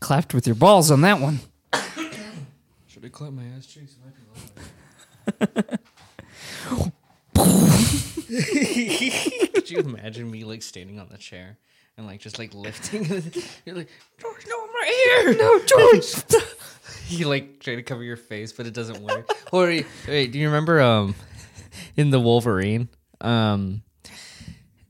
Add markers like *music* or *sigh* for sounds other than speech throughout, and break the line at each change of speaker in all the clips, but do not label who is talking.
clapped with your balls on that one.
Should I clap my ass cheeks? Might be loud. *laughs* Could you imagine me like standing on the chair and like just like lifting? *laughs* You're like, George, no, I'm right here. *laughs* No, George. *laughs* you like try to cover your face, but it doesn't work. *laughs* or wait, do you remember um *laughs* in the Wolverine um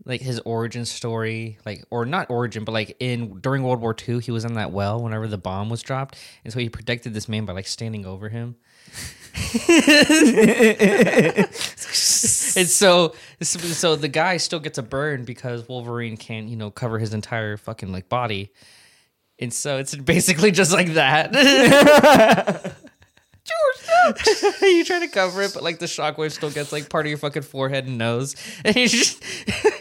like his origin story, like or not origin, but like in during World War II, he was in that well whenever the bomb was dropped, and so he protected this man by like standing over him. *laughs* and so, so the guy still gets a burn because Wolverine can't, you know, cover his entire fucking like body, and so it's basically just like that. *laughs* George, no. you try to cover it, but like the shockwave still gets like part of your fucking forehead and nose, *laughs* and you're just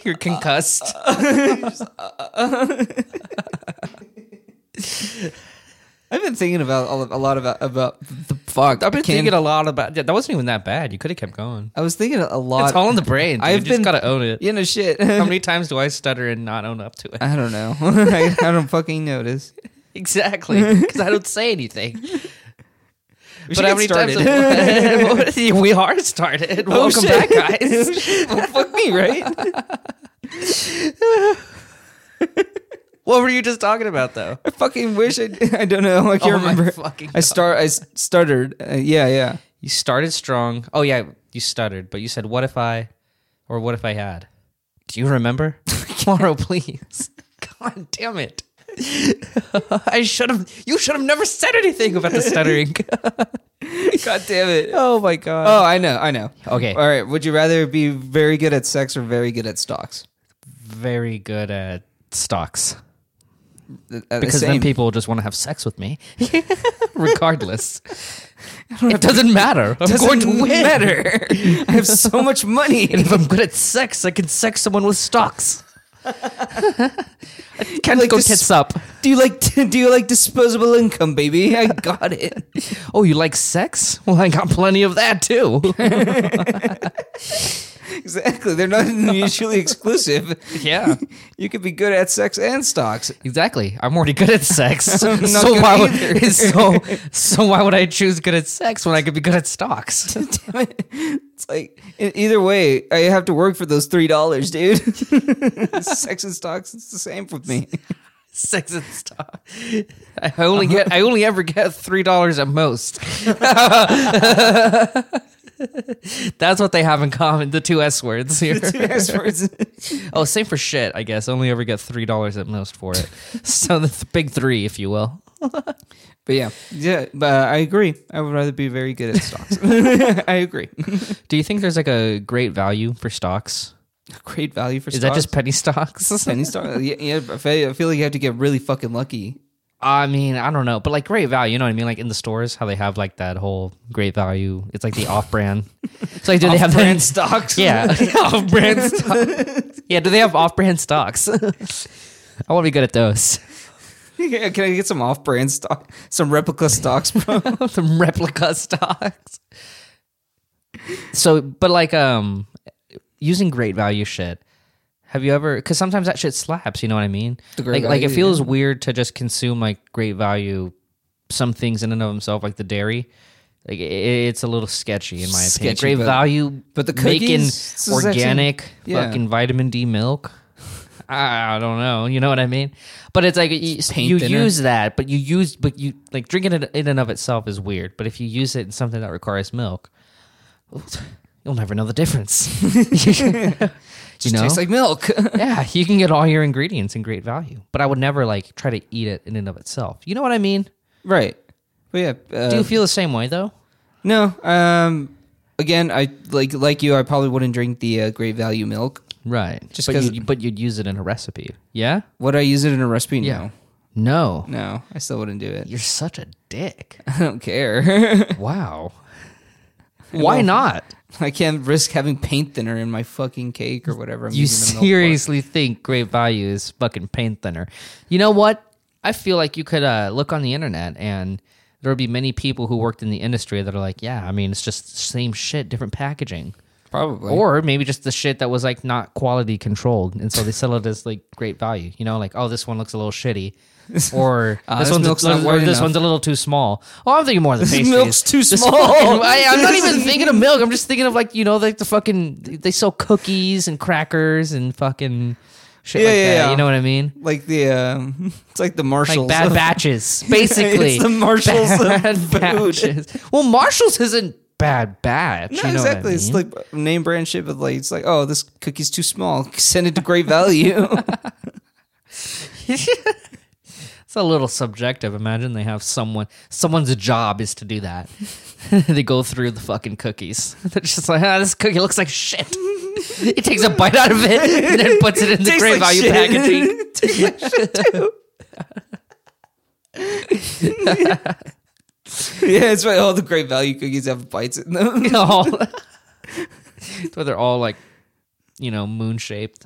you're concussed.
I've been thinking about all of, a lot about about the fuck.
I've been
can-
thinking a lot about yeah, that. Wasn't even that bad. You could have kept going.
I was thinking a lot.
It's all in the brain. Dude.
I've
you just
been-
gotta own it.
you know shit.
How many times do I stutter and not own up to it?
*laughs* I don't know. *laughs* I, I don't fucking notice.
*laughs* Exactly, *laughs* because I don't say anything.
We
but how many *laughs* times we are started? Welcome
shit.
back, *laughs* guys.
fuck me, right?
*laughs* what were you just talking about, though?
I fucking wish I. I don't know. I can't
Oh my
remember.
fucking
I start. I s- stuttered. Uh, yeah, *laughs* yeah.
You started strong. Oh yeah, you stuttered, but you said, "What if I?" or "What if I had?" Do you remember?
*laughs*
Tomorrow, please. God damn it! *laughs* I should have. You should have never said anything about
*laughs*
the stuttering.
God damn it.
oh my god.
Oh, I know. I know.
Okay.
All right. Would you rather be very good at sex or very good at stocks?
Very good at stocks.
Th- uh, the
because then
same.
people just want to have sex with me, regardless. it doesn't matter. I'm
*laughs* Doesn't
going to win.
matter. *laughs* I have so much *laughs*
And
money.
if I'm good at sex, I can sex someone with
*laughs*
stocks. *laughs* I can't
Like
go
this-
tits up.
Do you like? *laughs* do you like disposable income, baby? I got
*laughs*
it.
Oh, you like sex? *laughs* Well, I got plenty of that too. *laughs*
Exactly. They're
*laughs*
not mutually exclusive.
yeah,
You could be good at sex and stocks. *laughs*
exactly. I'm already good at sex. so
not good
why
either. *laughs*
would *laughs* so so why would I choose good at sex when I could be good at stocks? *laughs*
Damn it. It's like e- either way, I have to work for those three dollars, dude. *laughs* sex and stocks, it's the same for me. *laughs*
sex and stuff. I only get I only ever get three dollars at most. *laughs* That's what they have in common, the two S
*laughs*
words here.
As far
*laughs*
as-
Oh, same for shit, I guess. I only ever get three dollars at most for it. So *laughs* the th- big three, if you will.
but yeah, yeah. But I agree. I would rather be very good at stocks. *laughs* I agree.
Do you think there's like a great value for stocks?
Great value for
Is that
stocks.
just penny stocks? *laughs*
penny stock? Yeah, yeah. I feel I feel like you have to get really fucking lucky.
I mean, I don't know, but like great value, you know what I mean? Like in the stores, how they have like that whole great value. It's like the off-brand. So like, do they have that in
Brand stocks.
Yeah, *laughs* off-brand stocks. Yeah, do they have off-brand stocks? *laughs* I want to be good at those.
*laughs* Yeah, Can I get some off-brand stock, some
*laughs*
replica stocks, bro?
Some replica *laughs* stocks. So, but like, um, using great value shit. Have you ever? Because sometimes that shit slaps. You know what I mean?
The great
like, like it
value,
feels weird to just consume like great value, some things in and of themselves, like the dairy. Like i- it's a little sketchy in my opinion.
Sketchy,
Great
but-
value,
but the
making
cookies, this is actually-
organic
Yeah.
fucking vitamin D milk. I I don't know. You know what I mean? But it's like you,
paint
you
thinner.
use that, but you use, but you like drinking it in and of itself is weird. But if you use it in something that requires milk, *laughs* you'll never know the difference. *laughs* you
Just
know?
tastes like milk. *laughs*
yeah, you can get all your ingredients in great value. But I would never like try to eat it in and of itself. You know what I mean?
right. But yeah. Uh,
Do you feel the same way though?
No. Um. Again, I like like you. I probably wouldn't drink the uh, Great Value milk.
Right.
Just
but
'cause-
you'd, but you'd use it in a recipe. Yeah.
Would I use it in a recipe? No.
No.
No, I still wouldn't do it.
You're such a *laughs* dick.
*laughs* I don't care. *laughs*
wow. Why not?
I can't risk having paint thinner in my fucking cake or whatever. I'm
You
using the milk for.
seriously think great value is fucking paint thinner? You know what? I feel like you could uh, look on the internet and there'll be many people who worked in the industry that are like, yeah, I mean, it's just the same shit, different packaging.
Probably.
Or maybe just the shit that
*laughs*
was like not quality controlled. And so they sell it as like great value. You know, like, oh, this one looks a little shitty. Or
Ah,
this,
this
one's
milk's
a,
not
or
white
this
enough.
one's a little too small. Oh, I'm thinking more of the pastries.
milk's too
This
small. *laughs*
fucking- I, am not even thinking of milk. I'm just thinking of like you know like the fucking they sell cookies and crackers and fucking shit
Yeah,
like
yeah,
that.
yeah.
You know what I mean?
Like the um, *laughs* it's like the Marshalls.
Like bad batches, basically.
It's the Marshalls of
bad
food.
batches. Well, Marshalls isn't bad batch.
*laughs* No,
you know what I
exactly. It's
mean?
like name brand shit, but like it's like, oh, this cookie's too small. *laughs* Send it to Great Value.
It's a little subjective. Imagine they have someone, someone's job is to do that. *laughs* they go through the fucking cookies. *laughs* They're just like, ah, this cookie looks like shit. *laughs* he takes a bite out of it and then puts it in
*laughs*
the
Tastes like
great value
shit. *laughs*
packaging. *laughs*
*laughs* yeah, it's why all the Great Value cookies have bites in them. *laughs*
all. *laughs* so they're all like, you know, moon shaped.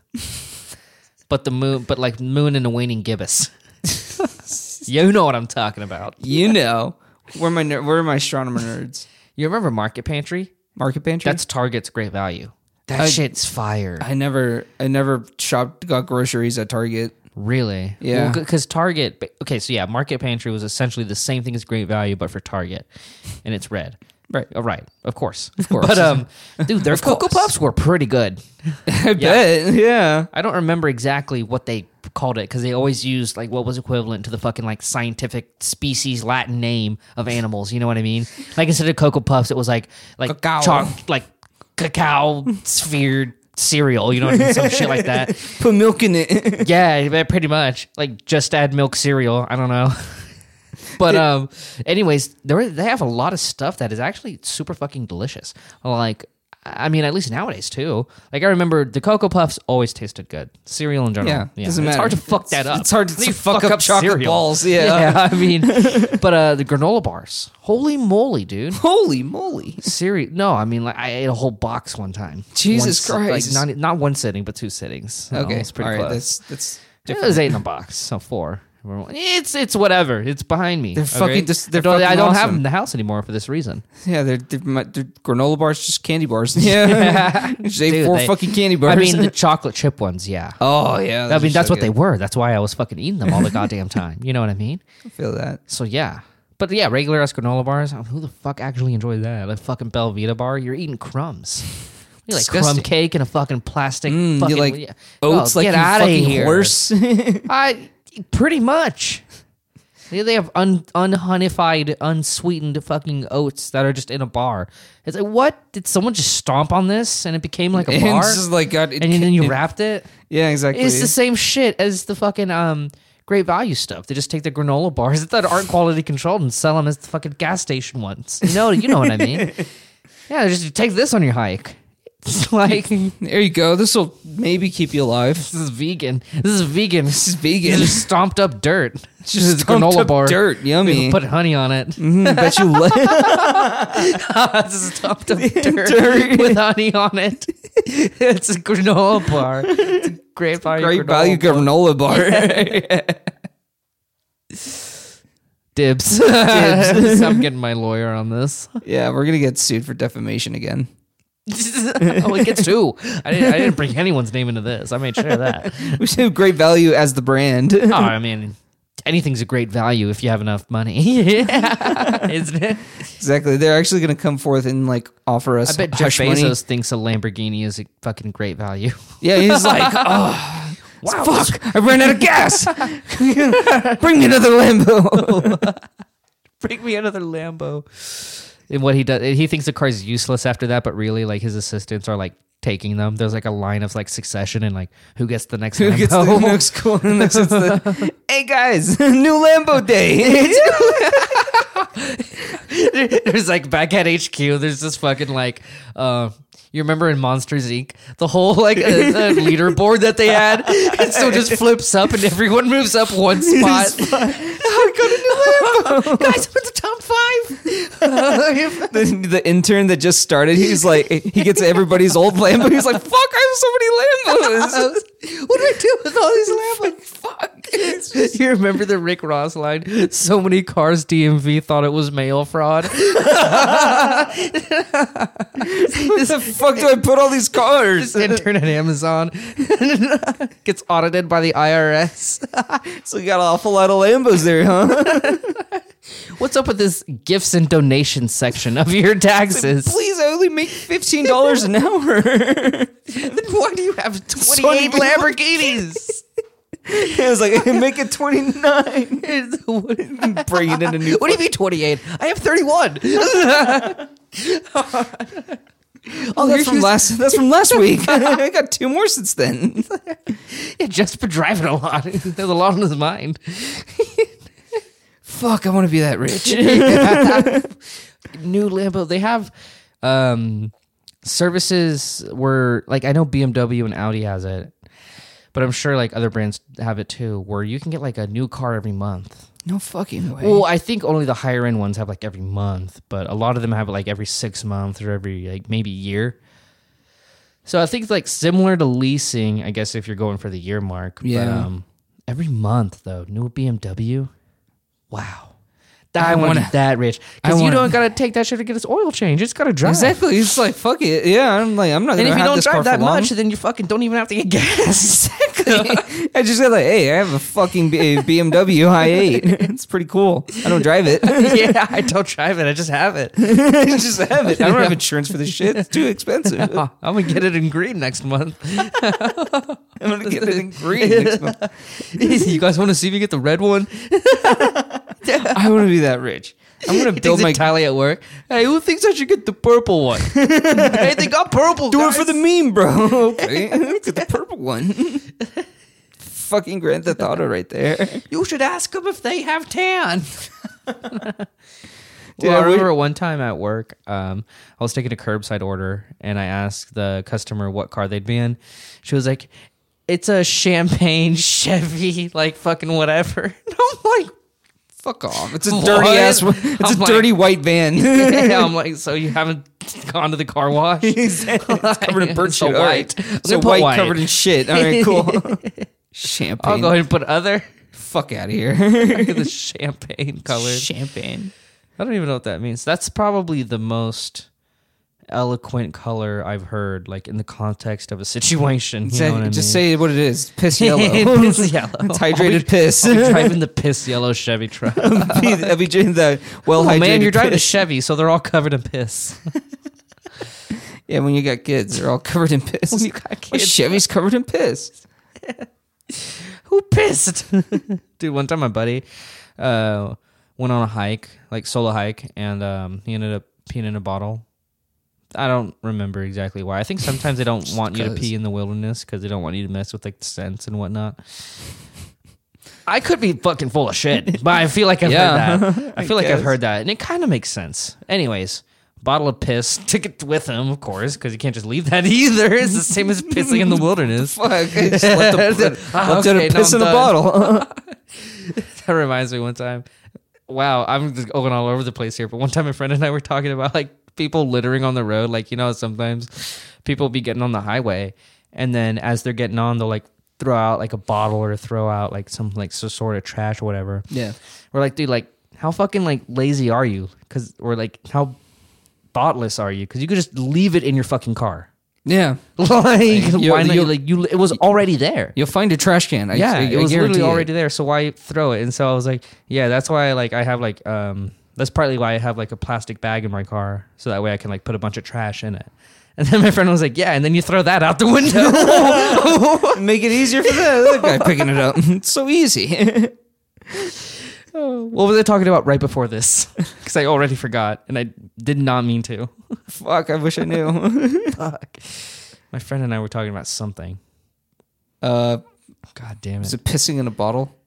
But the moon, but like moon and a
*laughs*
waning gibbous. you know what I'm talking about.
You know, where my ner- where are my astronomer nerds?
You remember Market Pantry?
Market pantry.
That's Target's great value. That
I-
shit's fire.
I never I never shopped got groceries at Target. *laughs*
Really?
Yeah.
Because Target. ba- Okay, so yeah, Market Pantry was essentially the same thing as Great Value, but for Target, and it's red.
Right.
Oh, right.
*laughs*
Of course. Of
course.
but um,
*laughs*
dude, their Cocoa
course.
Puffs were pretty good.
I bet. Yeah.
I don't remember exactly what they called it because they always used like what was equivalent to the fucking like scientific species Latin name of animals. You know what I mean? Like instead of Cocoa Puffs, it was like like
Cacao.
chalk, like cacao sphere cereal. You know what I mean? Some shit
*laughs*
like that.
Put milk in *laughs* it.
Yeah, but pretty much. Like just add milk cereal. I don't know. *laughs* but um, anyways, there they have a lot of stuff that is actually super fucking delicious. Like. I mean, at least nowadays too. Like I remember, the cocoa puffs always tasted good. Cereal in general,
Yeah, doesn't
It's
matter.
hard to fuck that
It's-
up.
it's hard to
How do you
fuck up chocolate balls, yeah. *laughs*
I mean, but uh, the granola bars. Holy moly, dude!
Holy moly.
Cereal. No, I mean, like I ate a whole box one time.
Jesus
One sit-
Christ.
Like, not not one sitting, but two sittings. So
Okay.
it's pretty
All right.
close.
That's that's
It was eight in a box, so four. It's it's whatever. It's behind me.
They're fucking dis- they're
I don't, I
fucking
don't have them
awesome.
in the house anymore for this reason.
yeah. They're, they're, my- they're granola bars, just candy bars. *laughs* Yeah. just ate
*laughs* Dude,
four
they-
fucking candy bars.
I
*laughs*
mean, the chocolate chip ones, yeah.
oh yeah.
I mean, that's what they were. That's why I was fucking eating them all
*laughs*
the goddamn time. You know what I mean?
they feel that.
So yeah. But yeah, regular ass granola bars. oh, Who the fuck actually enjoys that? A fucking Belvita bar. You're eating crumbs. You like
Disgusting.
crumb cake in a fucking plastic.
Mm,
fucking,
you like
yeah.
oats
Oh,
like
get
you
out of
fucking *laughs*
here.
horse.
I pretty much. They they have un, unhoneyfied, unsweetened fucking oats that are just in a bar. It's like, what? Did someone just stomp on this and it became like a
and
bar?
*laughs* it's just like God. It,
and then you
it-
wrapped it?
Yeah, exactly.
It's the same shit as the fucking um, great value stuff. They just take the granola bars *laughs* that aren't quality controlled and sell them as the fucking gas station ones. You know, you know what
*laughs*
I mean? Yeah, just take this on your hike. *laughs* It's like, this
there you go. This will maybe keep you alive.
is vegan. This is vegan. This
is vegan.
Just stomped up dirt. Just
Dumped
granola
up
bar.
dirt,
We
yummy.
put honey on it.
Mm, bet *laughs* you li- *laughs*
Stuffed up dirt, with honey on it. *laughs* it's a granola bar. It's a great value.
great
granola
value
bar.
granola bar.
*laughs*
*laughs* *laughs*
Dibs. *laughs* I'm getting my lawyer on this. *laughs*
yeah, we're gonna get sued for defamation again. *laughs*
oh, it gets two. I didn't, I didn't bring anyone's name into this. I made sure
*laughs*
of that.
We should have great value as the brand. *laughs*
Oh, I mean, anything's a great value if you have enough
*laughs*
money, *laughs* yeah. isn't it?
exactly. They're actually gonna come forth and like offer
I
us.
bet Jeff
hush
Bezos
money.
thinks a Lamborghini is a fucking great value. *laughs*
Yeah, he's like, oh
Wow, *laughs*
fuck, I ran out of gas. *laughs* Bring me another Lambo. *laughs*
bring me another Lambo. And what he does, he thinks the car's useless after that, but really, like his assistants are like taking them. There's like a line of like succession and like who gets the next
*laughs* Who
Lambo.
gets the next cool? and next it's the,
*laughs*
hey guys, *laughs* new Lambo day. It's-
*laughs* there's like back at HQ, there's this fucking like, uh, you remember in Monsters Inc. the whole like
*laughs*
uh, uh, leaderboard that they had, and so it just flips up and everyone moves
*laughs*
up one spot. *laughs* I got a new Lambo, guys! I'm in the top
*laughs*
five.
the, the intern that just started, he's like, he gets everybody's old Lambo. He's like, fuck, I have so many Lambos.
*laughs* what do I do with all these Lambos? Fuck! *laughs* You remember the Rick Ross line? So many cars DMV thought it was mail fraud.
What the fuck do I put all these cars?
Just intern at Amazon *laughs* gets audited by the IRS.
*laughs* So you got an awful lot of Lambos there, huh?
What's up with this gifts and donations section of your taxes? *laughs*
Please, I only make fifteen dollars an hour.
Then why do you have
Sorry,
28 Lamborghinis?
I was like, I make it twenty nine. *laughs*
what *laughs*
Bring it in a new.
do you mean 28? I have 31.
Oh,
you're
that's from
using-
last. That's from
*laughs*
last week. *laughs* I got two more since then.
Yeah, just for driving a lot. *laughs* There's a lot on his *laughs* mind.
Fuck, I want to be that
*laughs*
rich.
new Lambo. They have um, services where, like, I know BMW and Audi has it, but I'm sure like other brands have it too, where you can get like a new car every month.
No fucking way.
Well, I think only the higher end ones have like every month, but a lot of them have it like every six months or every like maybe year. So I think it's like similar to leasing, I guess, if you're going for the year mark. But,
Yeah.
um, every month though, new BMW. Wow. That, I want to be that rich because you
wanna-
don't gotta take that shit to get its oil change. It's gotta drive.
exactly. It's like fuck it. Yeah, I'm like, I'm not.
And
gonna
if you
have
don't
this car
drive
for
that
long.
much, then you fucking don't even have to get gas.
*laughs*
*laughs*
I just said like, hey, I have a fucking B-
*laughs*
BMW i8. *laughs* It's pretty cool. I don't drive it. I
yeah, I don't drive it. I just have it. *laughs*
just have it. I don't have insurance for this shit. It's too expensive.
*laughs* Oh, I'm gonna get it in green next month.
I'm gonna get it in green. Next month.
*laughs* you guys want to see if you get the red one?
I want to be that rich. I'm gonna
He
build
takes a
my.
tally at work. Oh Hey, who thinks I should get the purple one? *laughs* hey, they got purple.
Do it
guys.
for the meme, bro. *laughs* Okay,
*laughs*
get the purple one. fucking Grand Theft Auto right there.
You should ask them if they have tan. *laughs*
Dude,
well,
I
I
wish-
remember one time at work, um, I was taking a curbside order, and I asked the customer what car they'd be in. She was like, "It's a champagne *laughs* Chevy, like fucking whatever." *laughs* And I'm like,
Fuck off. It's a
What?
dirty ass. It's
I'm
a
like-
dirty white
*laughs*
van.
Yeah, I'm like, so you haven't gone to the car wash? *laughs*
it's *laughs* covered in bird
So
shit. All right.
white. I'm
So
gonna put
white,
white.
covered in shit. All right, cool. *laughs* Champagne.
I'll go ahead and put other. *laughs*
Fuck out of here.
Look at *laughs* the champagne colored.
Champagne.
I don't even know what that means. That's probably the most eloquent color I've heard, like in the context of a situation. You know what I
just
mean?
say what it is. *laughs* Piss
*laughs*
yellow. it's
piss yellow.
*laughs*
*laughs*
hydrated piss.
I'll be driving the piss yellow
*laughs*
Chevy truck. oh
I'll
*laughs*
be drinking the well hydrated.
man, you're driving a
piss.
Chevy, so they're all covered in piss. *laughs*
Yeah, when you got kids, they're all covered in piss.
When you got
*laughs* Well,
kids.
Chevy's covered in piss.
Who pissed? *laughs* Dude, one time my buddy uh, went on a hike, like solo hike, and um, he ended up peeing in a bottle. I don't remember exactly why. I think sometimes they *laughs* don't want you to
'cause.
pee in the wilderness because they don't want you to mess with like the scents and whatnot. I could be fucking full of shit, but I feel like I've
Yeah,
heard *laughs* that. I feel like
guess.
I've heard that, and it kind of makes sense. Anyways, bottle of piss, took it with him, of course, because you can't just leave that *laughs* either. It's the same as pissing *laughs* in the wilderness.
Fuck. I just let
*laughs*
the,
Ah,
left out a
okay, now
piss
I'm
in a
done.
bottle. *laughs*
*laughs* That reminds me one time. Wow, I'm just going all over the place here. But one time, my friend and I were talking about like people littering on the road. Like you know, sometimes people be getting on the highway, and then as they're getting on, they'll like throw out like a bottle or throw out like some like so sort of trash or whatever.
yeah.
We're like, dude, like how fucking like lazy are you? Because or like how thoughtless are you? Because you could just leave it in your fucking car. *laughs*
Yeah.
like
you-
why not?
you-
You, like you, it was already there.
You'll find a trash can. I,
Yeah,
I,
it
I
was literally
guarantee it. *laughs*
already there. So why throw it? And so I was like, yeah, that's why. Like I have like um, that's partly why I have like a plastic bag in my car, so that way I can like put a bunch of trash in it. *laughs* And then my friend was like, yeah, and then you throw that out the *laughs* window.
Make it easier for the other guy picking it up. *laughs* It's so easy. *laughs*
what was I talking about right before this? *laughs* Because I already forgot, and I did not mean to. *laughs*
Fuck, I wish I knew. *laughs*
Fuck. My friend and I were talking about something.
Uh,
God damn it!
is it pissing in a bottle?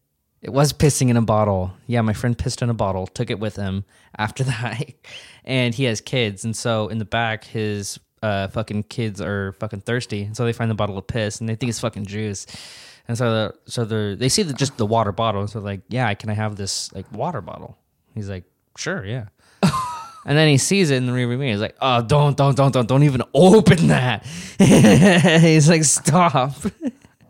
It was pissing in a bottle. Yeah, my friend pissed in a bottle, took it with him after *laughs* the hike. And he has kids. And so in the back, his uh, fucking kids are fucking thirsty. And so they find the bottle of piss and they think it's fucking juice. And so, the, so they're, they see the, just the water bottle. And so, like, yeah, can I have this like water bottle? He's like, sure, yeah. And then he sees it in the rearview mirror. He's like, "Oh, don't, don't, don't, *laughs* don't, don't even open that." he's like, "Stop."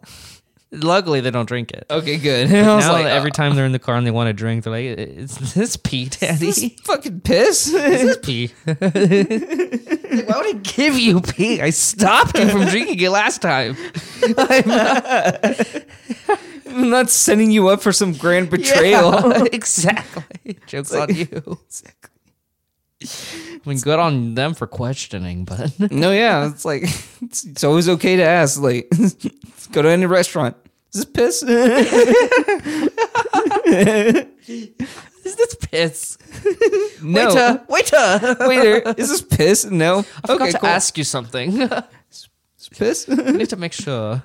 *laughs* Luckily, they don't drink it.
Okay, good. And *laughs* I was
Now,
like,
every
every
time they're in the car and they want a drink, they're like, "Is this pee, Daddy? "Uh." Is
"Oh,
*laughs*
fucking *laughs* piss.
this pee? Like, Why would I give you pee? I stopped you from drinking it
*laughs*
last time.
I'm not sending you up for some grand betrayal.
*laughs* Yeah, *laughs*
*laughs*
exactly. Jokes
like-
on you. I mean, good on them for questioning, but *laughs*
No, yeah, it's like it's, it's always okay to ask. Like, *laughs* go to any restaurant. Is this piss? *laughs*
is this *laughs* piss?
no.
Waiter, waiter.
Waiter, is this piss? No.
I forgot to ask you something. *laughs* I
It's piss. *laughs* You
need to make *laughs* sure.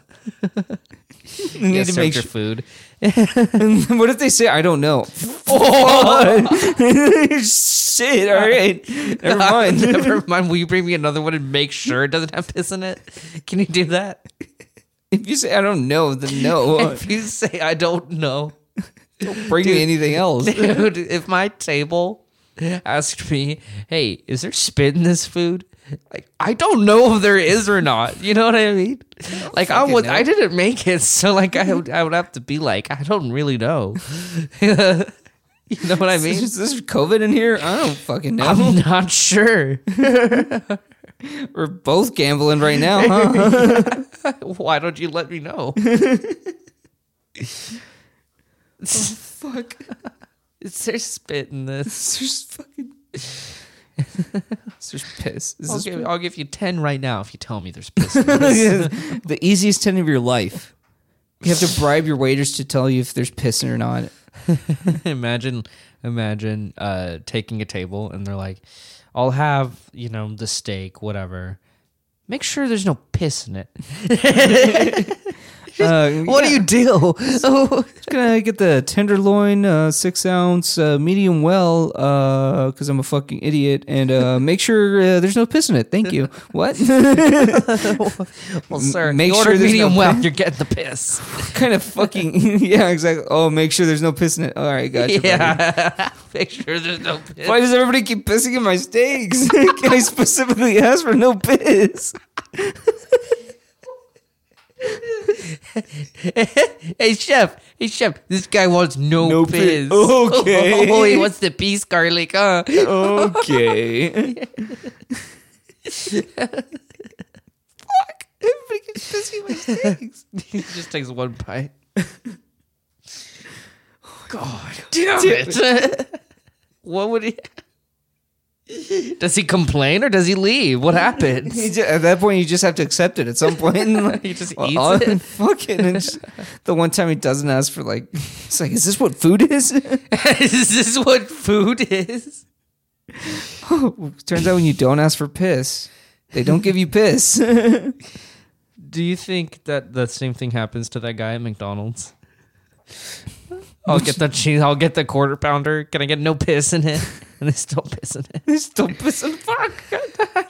need
you
to make
your
sure.
*laughs* food.
*laughs* what if they say I don't know? *laughs*
Oh. *laughs*
Shit. All right. Never mind.
Never mind. *laughs* Will you bring me another one and make sure it doesn't have piss in it? Can you do that?
If you say I don't know, then *laughs* no.
If you say I don't know,
Bring me anything else.
*laughs* dude, if my table asked me, "Hey, is there spit in this food?" Like I don't know if there is or not. You know what I mean? Like I
fucking
was,
know.
I didn't make it, so like I would, I would have to be like, I don't really know. *laughs* you know what I mean?
Is this COVID in here? I don't fucking know.
*laughs* I'm not sure.
We're both gambling right now, huh?
*laughs* *laughs* Why don't you let me know?
*laughs* Fuck.
*laughs* Is there spit in this?
It's just fucking. It's just piss. Is *laughs*
I'll
this
give, I'll give you ten right now if you tell me there's
*laughs*
piss.
the easiest ten of your life. You have to bribe your waiters to tell you if there's piss in or not.
*laughs* imagine imagine uh taking a table and they're like i'll have you know the steak whatever make sure there's no
*laughs*
piss in it
Uh,
*laughs* what do you do oh
gonna get the tenderloin, uh, six ounce, uh, medium well, because I'm a fucking idiot, and uh, make sure uh, there's no piss in it. Thank
*laughs*
you. What?
well sir
make
make you
sure
order
there's
medium
no
well you're getting the piss
*laughs* kind of fucking *laughs* yeah, exactly. Oh, make sure there's no piss in it. All right, gotcha. buddy.
yeah *laughs* make sure there's no piss
Why does everybody keep pissing in my steaks? *laughs* Can I specifically ask for no piss?
hey chef hey chef this guy wants no,
No pi- *laughs*
piss
Okay.
*laughs* oh he wants the piece garlic huh
Okay.
*laughs* he just takes one bite *laughs*
God.
Damn it. *laughs* what would he Does he *laughs* complain or does he leave? What *laughs*
You
happens?
ju- at that point, you just have to accept it. At some
*laughs*
point, *laughs*
He just
Well,
eats
all-
it.
*laughs* fucking. and just- the one time he doesn't ask for like, *laughs* it's like, is this what food is? *laughs*
is this what food is?
Turns out when you don't ask for piss, they don't give you piss. *laughs*
Do you think that the same thing happens to that guy at *laughs* McDonald's? I'll get the cheese. I'll get the quarter pounder. Can I get no piss in *laughs* it? And there's still piss in it.
There's still piss. in-
Fuck!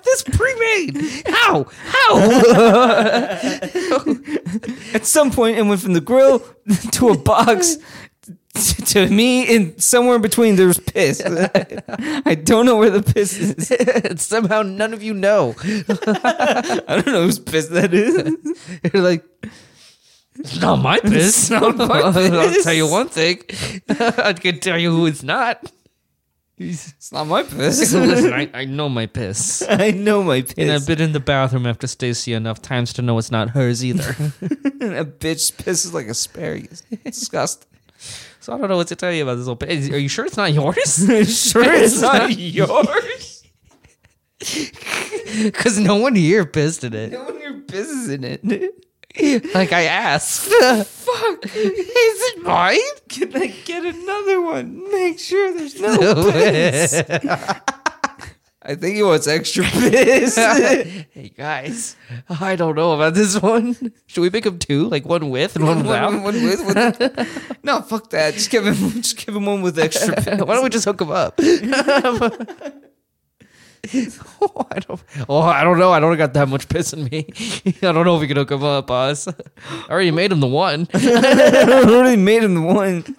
*laughs* this pre-made. How? How? *laughs*
At some point, it went from the grill *laughs* to a box. *laughs* t- To me, and somewhere in between, there's piss. *laughs* I don't know where the piss is.
*laughs*
*laughs*
Somehow none of you know.
I don't know whose piss that is. *laughs*
You're like, *laughs* it's not my piss.
not my
I'll
piss."
tell you one thing. *laughs* I can tell you who it's not. *laughs*
It's not my piss. *laughs*
Listen, I, I know my *laughs* piss.
I know my piss.
And I've been in the bathroom after Stacy enough times to know it's not hers *laughs* either.
*laughs* a bitch pisses like *laughs* asparagus. It's disgusting.
so I don't know what to tell you about this whole piss. Are you sure it's not *laughs* yours?
sure, *laughs*
it's not *laughs*
yours.
Because no one here pissed in it.
No one your business in *laughs* it.
Like I asked. Fuck. *laughs* Is it mine?
Can I get another one? Make sure there's no.
*laughs* No.
I think he wants extra piss.
hey guys, I don't know about this one. Should we make them two? Like one with
*laughs*
and *laughs* one
One-
without?
one with- with- *laughs* no, fuck that. Just give him, *laughs* just give him one with
*laughs*
extra. *laughs* piss.
Why don't we just hook them up? *laughs* oh, I don't. Oh, I don't know. I don't got that much piss in me. *laughs* I don't know if we can hook them up, boss. I already made him the one.
I already made him the one.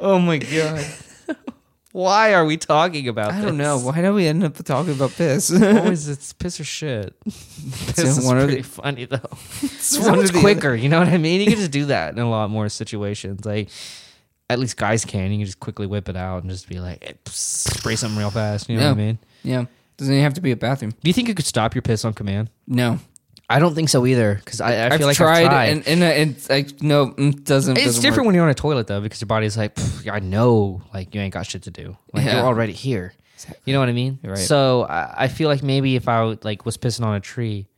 Oh my god.
Why are we talking about
I
this?
don't know. Why do we end up talking about piss? *laughs*
Always it's piss or shit. *laughs* This is
one or the-
pretty funny though. It's
one or
much
the
quicker, you know what I mean? You can just do that in a lot more situations. Like at least guys can. You can just quickly whip it out and just be like eh, spray something real fast. You know
Yeah.
what I mean?
yeah. Doesn't even have to be a bathroom.
Do you think you could stop your piss on command?
No.
I don't think so either. Because I, I feel
I've
like
tried,
I've tried.
and, and, uh, it's like, no, mm, doesn't.
it's
doesn't Work.
different when you're on a toilet though, because your body's like, "Pff, I know, like you ain't got shit to do. Like
Yeah.
you're already here. You know what I mean?
You're right.
So I, I feel like maybe if I would, like was pissing on a tree,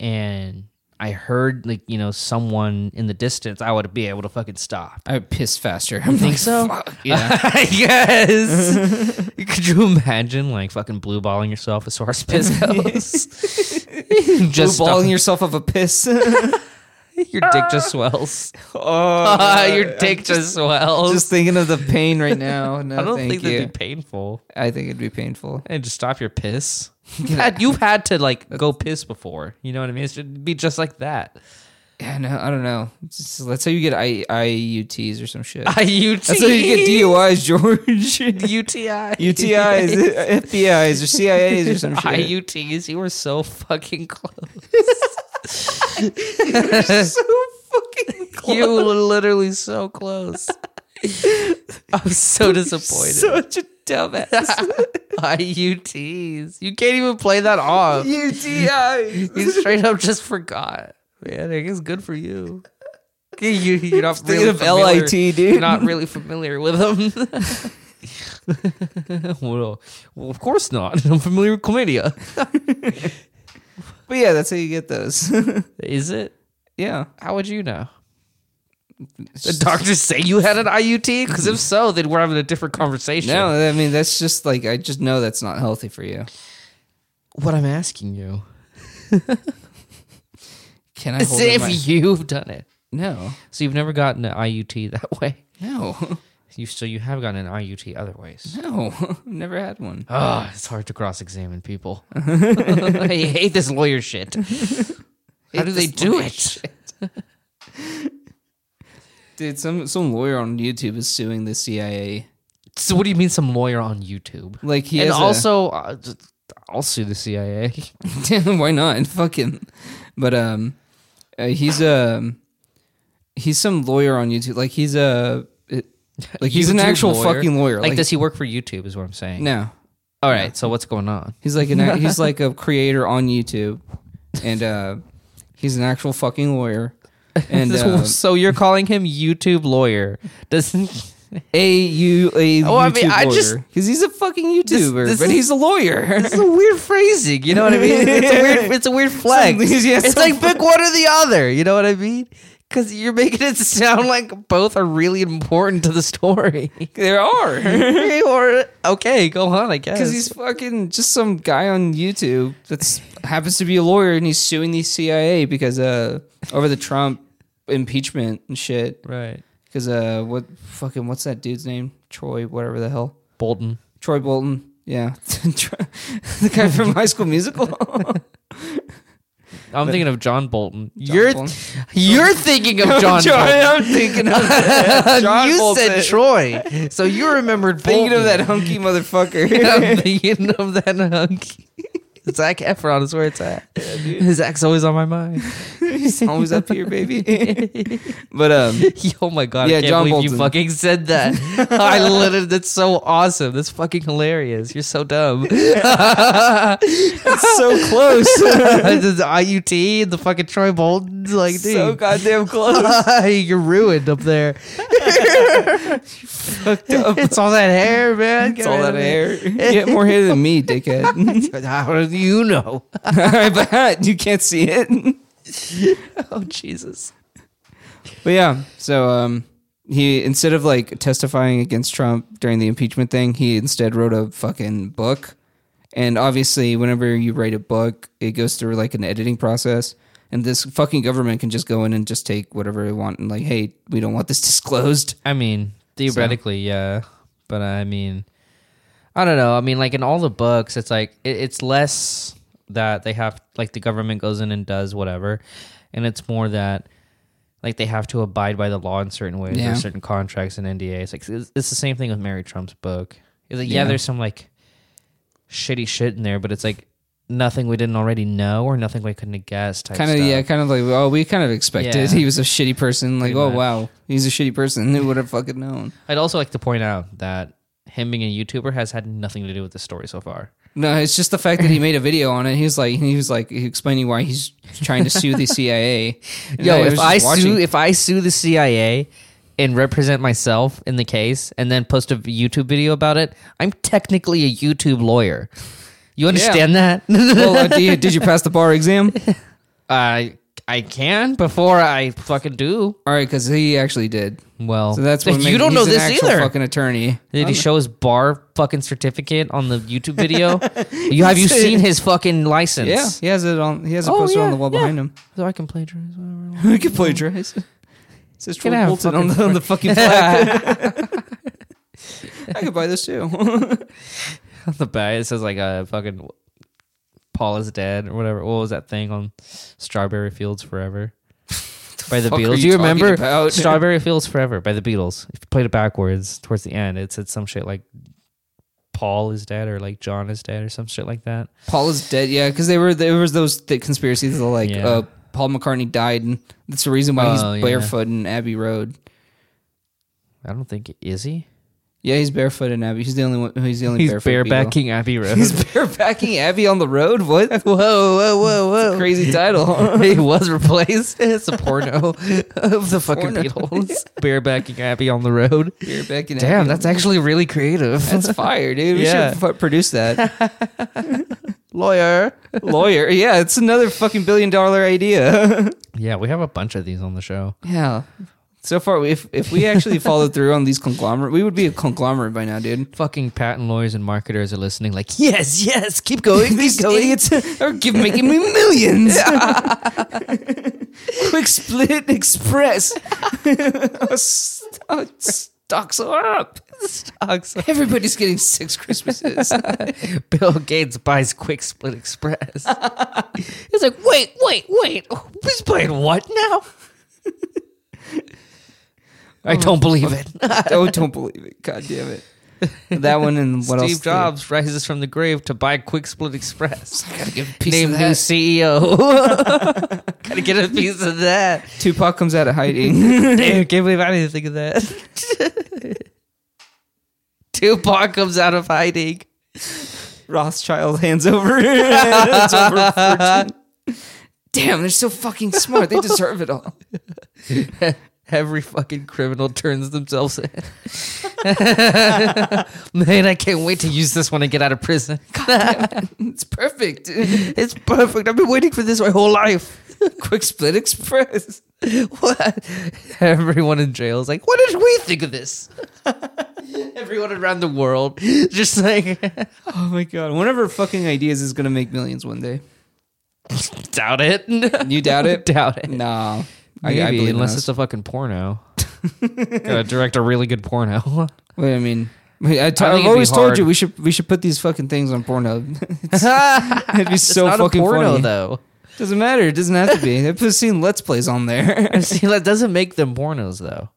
and I heard like you know someone in the distance, I would be able to fucking stop.
I would piss faster. I think
so? *laughs*
Yeah.
yes. *laughs* Could you imagine like fucking blue balling yourself as *laughs* far as piss goes?
Just
just
balling yourself of a piss. *laughs*
your dick *laughs* just swells.
oh,
*laughs* your dick just, swells.
just thinking of the pain right now. No,
*laughs* I don't
thank
think
you.
that'd be painful.
I think it'd be painful.
and just stop your *laughs* piss. God, you've had to like go piss before. You know what I mean? It should be just like that. *laughs*
Yeah, no, I don't know. Just- let's say you get I, IUTs or some
*laughs*
shit.
IUT.
That's how you get
*laughs*
DUIs, George.
UTI.
UTIs,
*laughs*
FBIs, or CIAs, or some shit.
IUTs. You were so fucking *laughs* close. *laughs*
so fucking
You were literally so close. I'm
*laughs*
so disappointed.
Such a
*laughs*
dumbass.
IUTs. You can't even play that off. *laughs*
UTIs.
You straight up just forgot. Man, I guess good for you. You, you're not
Thinking
really
of
familiar-
LIT,
You're
dude.
not really familiar with them. *laughs* well, well, of course not. I'm familiar with chlamydia.
But yeah, that's how you get those. *laughs*
Is it?
yeah.
How would you know? Did doctors say you had an IUT? Because if so, then we're having a different conversation.
No, I mean that's just like I just know that's not healthy for you.
what I'm asking you
Can I
is
hold in
if
my-
you've done it.
*laughs* No.
So you've never gotten an IUT that way.
No. *laughs*
You so you have gotten an IUT other ways.
No. *laughs* Never had one.
Ah, it's hard to cross-examine people. *laughs* I hate this lawyer shit. How do
Hate
they
this
do
lawyer
it?
Dude, some some lawyer on YouTube is suing the CIA.
So what do you mean, some lawyer on YouTube?
Like he
and
has a-
also, uh, just- I'll sue the CIA.
*laughs* Why not? Fucking. But um, uh, he's um, he's some lawyer on YouTube. Like he's a it-
*laughs*
like he's an
YouTube
actual
lawyer?
fucking lawyer.
Like, does he work for YouTube? Is what I'm
*laughs*
saying.
No,
All right. So what's going on?
he's like an
*laughs*
act- he's like a creator on YouTube, and uh, he's an actual fucking
*laughs*
lawyer. And uh,
so you're calling him YouTube lawyer? *laughs* Doesn't
a you a
Oh,
YouTube
I mean, I
lawyer.
just-
because he's a fucking YouTuber,
this
but
is-
he's a lawyer.
*laughs*
*laughs*
It's a weird phrasing, you know what I mean? It's a weird, it's a weird flex.
Some- yeah,
it's
some-
like pick one or the other, you know what I mean? Because you're making it sound like both are really important to
*laughs*
the story. *laughs*
there are.
or okay, go on, I guess.
Because he's fucking just some guy on YouTube
*laughs*
that's happens to be a lawyer and he's suing the CIA because uh over the Trump impeachment and shit.
right,
Because uh what fucking what's that dude's name? Troy whatever the hell.
Bolton.
Troy Bolton. Yeah, *laughs* the guy from High School
*laughs*
Musical. *laughs*
I'm thinking of John Bolton.
*laughs*
you're
Bolton.
you're
*laughs*
thinking of John.
Troy,
Bolton.
I'm thinking
*laughs*
of that. John
you
Bolton.
said Troy, so you remembered
thinking of
Bolton.
that hunky motherfucker.
*laughs*
*laughs*
I'm thinking of that *laughs* hunky. Zach Efron is where it's at. Zach's always on my mind. *laughs*
He's always up here, baby. but
*laughs*
um,
oh my god!
Yeah,
I can't
John
believe you
Bolton.
fucking said that.
*laughs*
I literally, that's so awesome. That's fucking hilarious. You're
*laughs*
so dumb. *laughs* the
it's so close,
IUT, and the fucking Troy Bolton's like, *laughs* dude,
so goddamn
*laughs*
close.
you're ruined up there. It's all that hair, man.
Oh. It's all that hair. You *laughs* get more hair than me,
*laughs*
dickhead.
How do you know? *laughs*
but you can't see it.
Oh Jesus!
But yeah, so um, he instead of like testifying against Trump during the impeachment thing, he instead wrote a fucking book. And obviously, whenever you write a book, it goes through like an editing process. And this fucking government can just go in and just take whatever they want and like, hey, we don't want this *laughs* disclosed.
I mean, theoretically, yeah, but I mean, I don't know. I mean, like in all the books, it's like it, it's less that they have like the government goes in and does whatever, and it's more that like they have to abide by the law in certain ways
Yeah.
or certain contracts and NDAs. Like it's, it's the same thing with Mary Trump's book. It's like, yeah,
Yeah.
there's some like shitty shit in there, but it's like nothing we didn't already know or nothing we couldn't have guessed. Type
Kind of,
stuff.
yeah, kind of like, oh, we kind of expected
Yeah.
he was a shitty person. Like,
Pretty
oh,
much.
wow, he's a shitty person. Who would have fucking known?
I'd also like to point out that him being a YouTuber has had nothing to do with the story so far.
No, it's just the fact that he made a video on it. He was like, he was like explaining why he's trying to
*laughs*
sue the CIA. And
Yo,
was
if
just
I sue
watching-
if I sue the CIA and represent myself in the case and then post a YouTube video about it, I'm technically a YouTube lawyer. You understand that?
*laughs* *laughs* well,
*laughs*
uh, did, you, did you pass the bar exam?
I I can before I fucking do.
All right, because he actually did.
Well,
So that's what
you
made-
don't know
he's an
this
actual
either.
Fucking attorney.
Did he show his bar fucking certificate on the
*laughs*
YouTube video? you have you seen his fucking license?
Uh, Yeah, he has it on. He has it
Oh,
posted on
yeah,
the wall
yeah.
behind him.
So I can plagiarize whatever. I want. *laughs*
We could *laughs* plagiarize. It says
Get
Troy
out,
Bolton on the,
fucking
on the fucking *laughs*
*laughs*
flag. I could buy this too. *laughs*
on the back it says like a fucking Paul is dead or whatever. What was that thing on Strawberry
*laughs*
Fields Forever? By the
fuck are you
Beatles. Do you
talking
remember
about? *laughs*
Strawberry Fields Forever by the Beatles? If you played it backwards towards the end, it said some shit like Paul is dead or like John is dead or some shit like that.
Paul is dead. Yeah, because they were there was those th- conspiracies that like
Yeah.
uh, Paul McCartney died, and that's the reason why
Oh, yeah.
he's barefoot in Abbey Road.
I don't think is he?
Yeah, he's barefoot in Abbey. He's the only one. He's the only
He's
barefoot Beatle.
barebacking Abbey Road.
*laughs*
*laughs*
He's barebacking Abbey on the road. What?
whoa, whoa, whoa, whoa.
Crazy title. *laughs*
*laughs* he was replaced. *laughs* It's a porno of the fucking
Porno. *laughs*
Beatles. Barebacking Abbey on the road.
barebacking.
Damn,
Abbey.
that's actually really creative. *laughs*
that's fire, dude. We
Yeah.
should f- produce
*laughs*
that.
lawyer.
Lawyer. Yeah, it's another fucking billion dollar idea. *laughs*
Yeah, we have a bunch of these on the show.
yeah. So far, if if we actually followed through on these conglomerate, we would be a conglomerate by now, dude.
Fucking patent lawyers and marketers are listening. Like, yes, yes,
*laughs*
keep going,
These
keep going.
idiots are give, making me
*laughs*
millions. *laughs* Quick split
*laughs*
express. *laughs* Our st- our Stocks are up.
Stocks.
*laughs* Everybody's getting six Christmases.
*laughs* Bill Gates buys Quick Split
*laughs*
Express. He's like, wait, wait, wait. He's buying what
*laughs*
now? I don't believe it.
*laughs* oh, don't believe it. God damn it. That one and what else?
Steve Jobs rises from the grave to buy Quick
*laughs*
Split Express.
Gotta give a piece
Name
of
new
that. *laughs*
CEO. *laughs* Gotta get a piece of that.
Tupac comes out of *laughs* hiding.
Damn, can't believe I didn't think of that. Tupac comes out of hiding.
Rothschild hands over. *laughs* hands over fortune. Damn, they're so fucking smart. They deserve it all.
Every fucking criminal turns themselves in. *laughs* Man, I can't wait to use this when I get out of prison.
It's perfect.
It's perfect. I've been waiting for this my whole life.
*laughs*
*laughs*
Quick Split Express.
What? Everyone in jail is like, what did we think of this? *laughs* Everyone around the world *laughs* just like, *laughs*
Oh my god. One of her fucking ideas is gonna make millions one day.
doubt it. *laughs*
You doubt *laughs* it?
doubt it.
no.
Maybe,
I, I believe
unless
unless
it's a fucking porno. *laughs* Gotta direct a really good porno. *laughs*
Wait, I mean I t-
I think
I've
it'd be
always
hard.
told you we should we should put these fucking things on Pornhub. *laughs* It'd be so
not
fucking
a porno
funny.
though. *laughs*
Doesn't matter. It doesn't have to be. They've seen Let's Plays on *laughs* there.
See, that doesn't make them pornos though.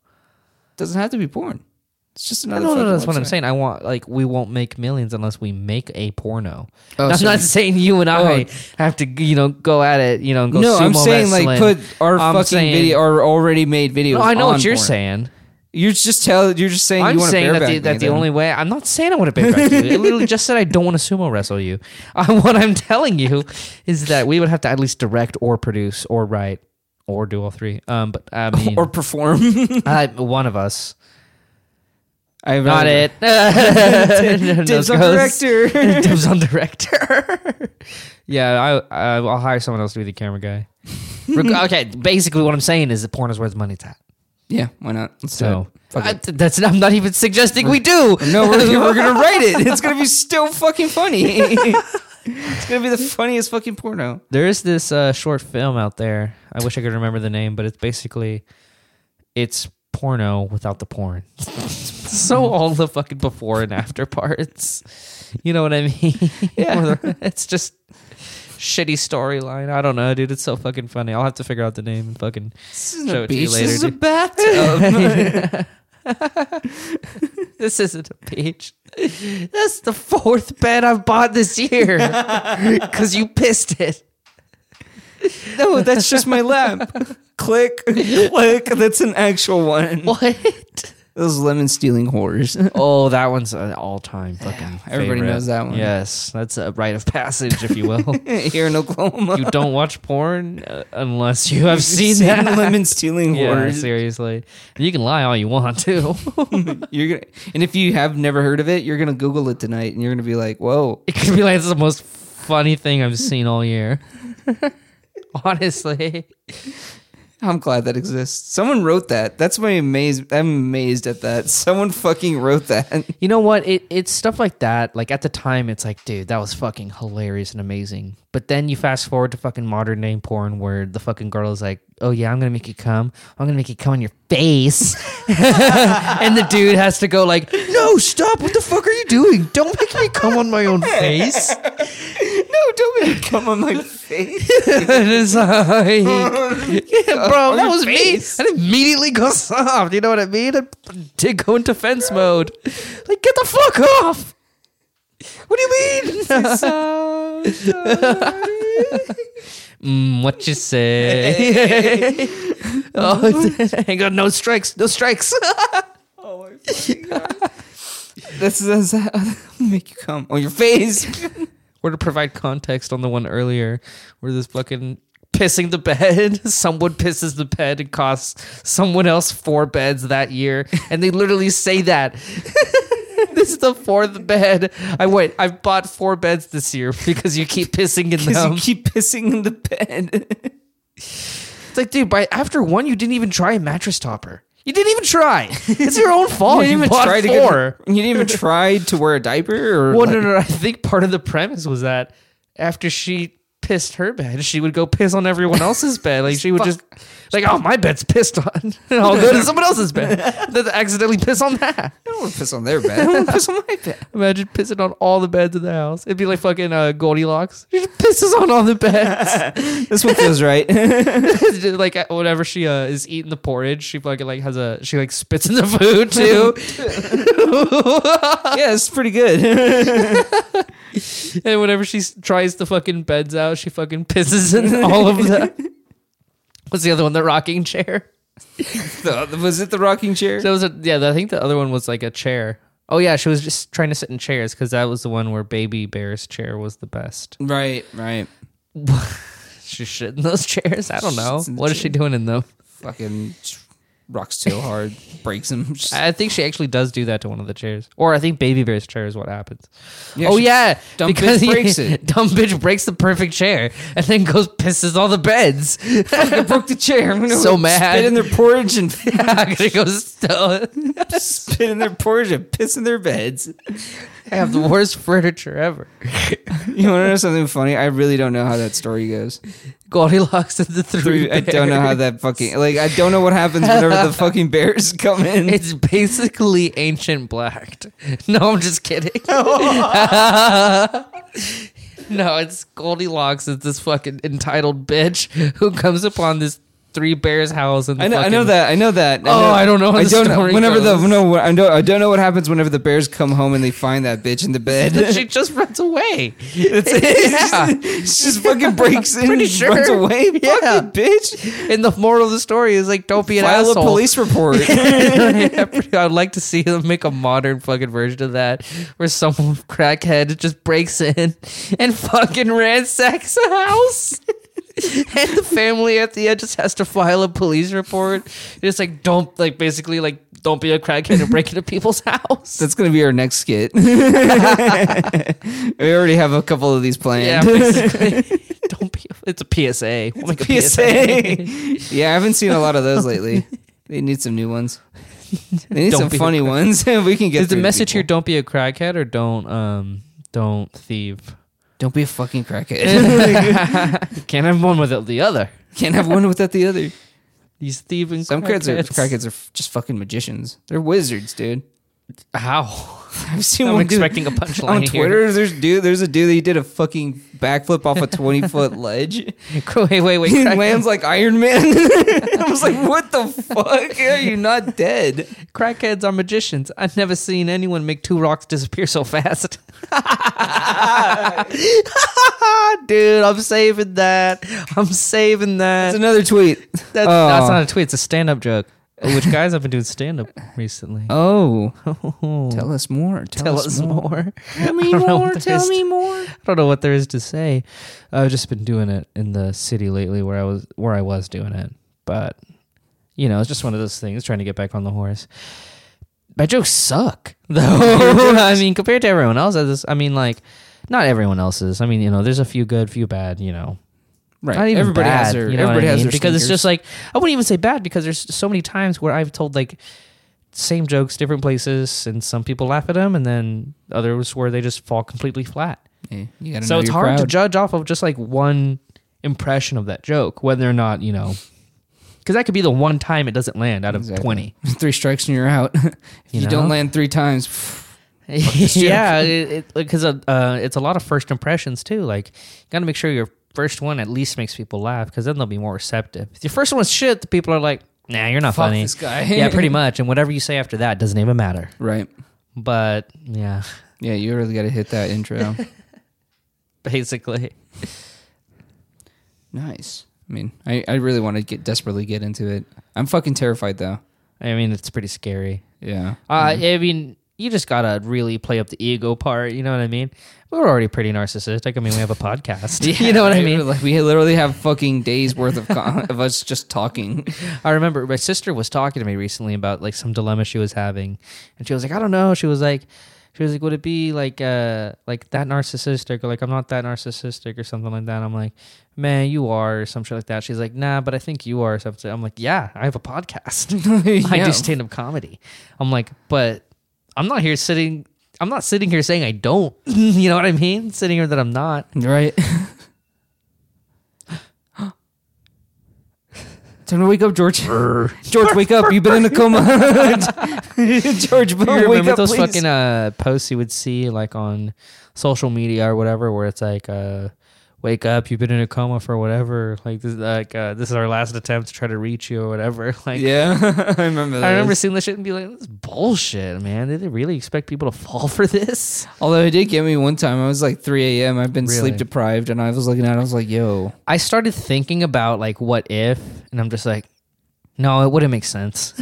doesn't have to be porn. It's just
No,
another.
no, no,
fucking
that's what I'm
website.
saying. I want like we won't make millions unless we make a porno.
Oh,
I'm
so- Oh.
not saying you and I have to, you know, go at it, you know, go.
No, I'm
sumo
saying like
wrestling.
put our
I'm
fucking
saying-
video, our already made videos.
No, I know
on
what you're
porn.
saying.
You're just tell. You're just saying
I'm
you want to
saying
bareback
that the,
me,
that the
then.
only way. I'm not saying I want to bareback you. I literally just said I don't want to sumo wrestle you. *laughs* Uh, what I'm telling you is that we would have to at least direct or produce or write or do all three. Um, but I
*laughs*
mean,
*laughs* or
*laughs*
perform.
I, one
*laughs*
of us.
I've
Not
already-
it. Dibs
Dibs
*laughs*
on director. *laughs*
Dibs on director. *laughs* yeah, I, I I'll hire someone else to be the camera guy.
*laughs*
Reg- okay, basically what I'm saying is that porn is where the money's at.
yeah, why not? Let's do
So
it. Fuck
I-
it.
that's I'm not even suggesting we do.
No, we're, we're gonna write
*laughs*
it. It's gonna be still fucking funny. it's gonna be the funniest fucking porno.
There is this uh, short film out there. I wish I could remember the name, but it's basically it's porno without the porn. *laughs* so all the fucking before and after parts. You know what I mean?
*laughs* Yeah.
it's just shitty storyline. I don't know, dude. It's so fucking funny. I'll have to figure out the name and fucking
This isn't
Show
a
it to you
beach.
later,
this is a
dude.
bathtub.
*laughs* this isn't a page. That's the fourth bed I've bought this
*laughs*
year *laughs* because you pissed it.
No, that's just my lap. *laughs* click, click. That's an actual *laughs* one.
What?
Those lemon stealing whores. *laughs*
Oh, that one's an all-time fucking.
Everybody
favorite.
knows that one.
Yes, that's a rite of passage, if you will.
Here in Oklahoma,
you don't watch porn uh, unless *laughs* you have seen
Seen *laughs*
that.
lemon stealing
Yeah,
whores.
seriously. You can lie all you want to.
*laughs* You're gonna, and if you have never heard of it, you're gonna Google it tonight, and you're gonna be like, "Whoa,
*laughs* It could be like it's the most funny thing I've seen all year. *laughs* Honestly,
I'm glad that exists." Someone wrote that. That's my amazed. I'm amazed at that. Someone fucking wrote that. *laughs*
you know what? It it's stuff like that. Like at the time, it's like, dude, that was fucking hilarious and amazing. But then you fast forward to fucking modern day porn, where the fucking girl is like, "Oh yeah, I'm gonna make you come. I'm gonna make you come on your face," *laughs* and the dude has to go like, "No, stop! What the fuck are you doing? Don't make me come on my own face." *laughs*
no, don't make it come on my *laughs* face. Oh
and it's
*laughs*
like, yeah, bro,
On
that
your
was
face.
me. I immediately go *laughs* soft. You know what I mean? I did go into
*laughs*
fence mode. Like, get the fuck off. What
*laughs*
do you mean? *laughs* mm, what you say? *laughs* oh, *laughs* I got no strikes. No strikes.
Oh my fucking god. This is *laughs* make you come on your face.
Or to provide context on the one earlier where this fucking pissing the bed *laughs* someone pisses the bed and costs someone else four beds that year and they literally say that *laughs* this is the fourth bed i went i've bought four beds this year because you keep *laughs* pissing in
Because
them
you keep pissing in the bed. *laughs*
it's like dude by after one you didn't even try a mattress topper you didn't even *laughs* try it's your own fault
Oh,
you, bought four.
*laughs* you didn't even try to wear a diaper or
Well,
like-
no, no, no. I think part of the premise was that after she pissed her bed, she would go piss on everyone else's bed. Like she would just like, oh, my bed's pissed on. *laughs* I'll go to someone else's bed. Then accidentally piss on that.
I don't want to piss on their bed. I want to piss on my bed.
Imagine pissing on all the beds in the house. It'd be like fucking uh, Goldilocks. She just pisses on all the beds.
*laughs*
*laughs*
This one feels *laughs* right.
like uh, whenever she uh, is eating the porridge, she fucking like has a she like spits in the food too.
yeah, it's pretty good. *laughs*
And whenever she s- tries the fucking beds out, she fucking
*laughs*
pisses in all of the. What's the other one? The rocking chair.
The- was it the rocking chair?
That was a, yeah. I think the other one was like a chair. Oh yeah, she was just trying to sit in chairs because that was the one where Baby Bear's chair was the best.
right, right.
She shit in those *laughs* chairs. I don't know
Shits in the
what is she doing in them.
Fucking rocks too hard, breaks *laughs* him. Just-
I think she actually does do that to one of the chairs, or I think Baby Bear's chair is what happens.
Yeah,
oh
she-
yeah,
dumb bitch breaks it.
*laughs* Dumb bitch breaks the perfect chair and then goes pisses all the beds. *laughs*
I broke the chair. I'm gonna
So mad.
Spit in their porridge *laughs* and
*laughs* I'm gonna go steal-
spit in their porridge and piss in their beds.
I have the worst furniture ever.
You want to know something funny? I really don't know how that story goes.
Goldilocks and the three.
Three- I don't know how
Bears.
that fucking like. I don't know what happens whenever *laughs* the fucking bears come in.
It's basically ancient blacked. *laughs* No, I'm
*laughs*
just kidding. *laughs* no, it's Goldilocks is this fucking entitled bitch who comes upon this three bears house and
I know, I
fucking-
know that. I know that.
Oh, I don't know how
I
the
don't know.
story
Whenever the
goes.
no, I don't. I don't know what happens whenever the bears come home and they find that bitch in the
*laughs*
bed. *laughs*
she just runs away. *laughs*
That's it. *laughs* she just fucking breaks in,
Pretty
and
sure.
runs away. Fuck
Yeah.
you, bitch.
And the moral of the story is like, don't be an
File a
asshole.
police
*laughs*
report.
Yeah, pretty- I'd like to see them make a modern fucking version of that where some *laughs* crackhead just breaks in and fucking ransacks a house. *laughs* and the family at the end just has to file a police report. It's like don't like basically like don't be a crackhead and break into people's house.
That's gonna be our next skit. *laughs* we already have a couple of these
yeah,
planned. *laughs*
basically. don't be it's a PSA. We'll make a PSA.
PSA. yeah, I haven't seen a lot of those
*laughs*
lately. They need some new ones. They need
Don't
some
be a
funny ones. *laughs* we can get.
Is the
through to
message here
people.
don't be a crackhead or don't um
*laughs*
don't thieve? *laughs*
Don't be a *laughs* fucking crackhead.
Can't have one without the other.
Can't have one without the other.
These thieving
Some crackheads are
crackheads. *laughs*
crackheads are f- just fucking magicians. They're wizards, dude.
How?
*laughs* I've seen
I'm
one dude
expecting a punchline
*laughs* on
here.
Twitter. There's dude. There's a dude that he did a fucking backflip off a 20 *laughs* foot ledge.
*laughs*
*laughs*
wait, wait, wait.
He
Crack,
lands like Iron Man. *laughs* I was like, what the fuck? Are you not dead?
crackheads are magicians. I've never seen anyone make two rocks disappear so fast. *laughs* Dude, I'm saving that. I'm saving that.
That's another tweet.
That's,
Oh.
that's not a tweet. It's a stand-up joke. Which guys have been doing stand-up recently.
*laughs* Oh, tell us more. Tell,
Tell
us,
us
more.
more.
Tell me
I don't know what there is to-
more.
I don't know what there is to say. I've just been doing it in the city lately, where I was where I was doing it. But you know, it's just one of those things. Trying to get back on the horse. My jokes suck, *laughs* though. I mean, compared to everyone else, I, just, I mean, like, not everyone else's. I mean, you know, there's a few good, few bad. You know,
Right.
Not even
everybody
bad,
has their.
you know what
everybody
I
has
mean?
their
because it's
stinkers.
just like I wouldn't even say bad because there's so many times where I've told like same jokes different places and some people laugh at them and then others where they just fall completely flat.
Yeah, you gotta
So
know
it's
your
hard to
crowd.
judge off of just like one impression of that joke whether or not you know because that could be the one time it doesn't land out of
Exactly.
twenty.
*laughs* three strikes and you're out. if you,
You
don't
know? *laughs*
land *laughs* three times, joke.
yeah, because it, uh, it's a lot of first impressions too. Like, you got to make sure your first one at least makes people laugh, because then they'll be more receptive. If your first one's shit, the people are like, "Nah, you're not
fuck
funny."
this guy.
*laughs*
*laughs*
yeah, pretty much. And whatever you say after that doesn't even matter.
Right.
But yeah, *laughs*
Yeah, you really got to hit that *laughs* intro.
basically,
nice. I mean, I, I really want to get desperately get into it. I'm fucking terrified though.
I mean, it's pretty scary.
Yeah.
Uh, I mean, you just gotta really play up the ego part. You know what I mean? We're already pretty narcissistic. I mean, we have a podcast.
*laughs*
*laughs* you know what I
We-
mean?
Like we literally have fucking days worth of con- *laughs* of us just *laughs* talking.
I remember my sister was talking to me recently about like some dilemma she was having, and she was like, "I don't know." She was like, "She was like, would it be like uh like that narcissistic or like I'm not that narcissistic or something like that?" I'm like, "Man, you are" or some shit like that. She's like, "Nah, but I think you are." Or something. I'm like, "Yeah, I have a podcast. *laughs* I
Yeah.
do stand up comedy." I'm like, "But I'm not here sitting." I'm not sitting here saying I don't. *laughs* you know what I mean? Sitting here that I'm not.
Right. *laughs* Time to wake up, *laughs* George. George, wake up. You've been in a *laughs* coma. George,
You
wake
remember
up,
those
please.
fucking uh, posts you would see like on social media or whatever, where it's like, uh, "Wake up, you've been in a coma for whatever." Like, this, like uh, this is our last attempt to try to reach you or whatever. *laughs* Like,
yeah, *laughs* I remember that.
I remember seeing this shit and be like, "This is bullshit, man. Did they really expect people to *laughs* fall for this?"
Although it did get me one time. I was like 3 a.m. I've been
Really?
sleep deprived, and I was looking at. it, I was like,
*laughs*
"Yo,
I started thinking about like, what if, and I'm just like. No, it wouldn't make sense.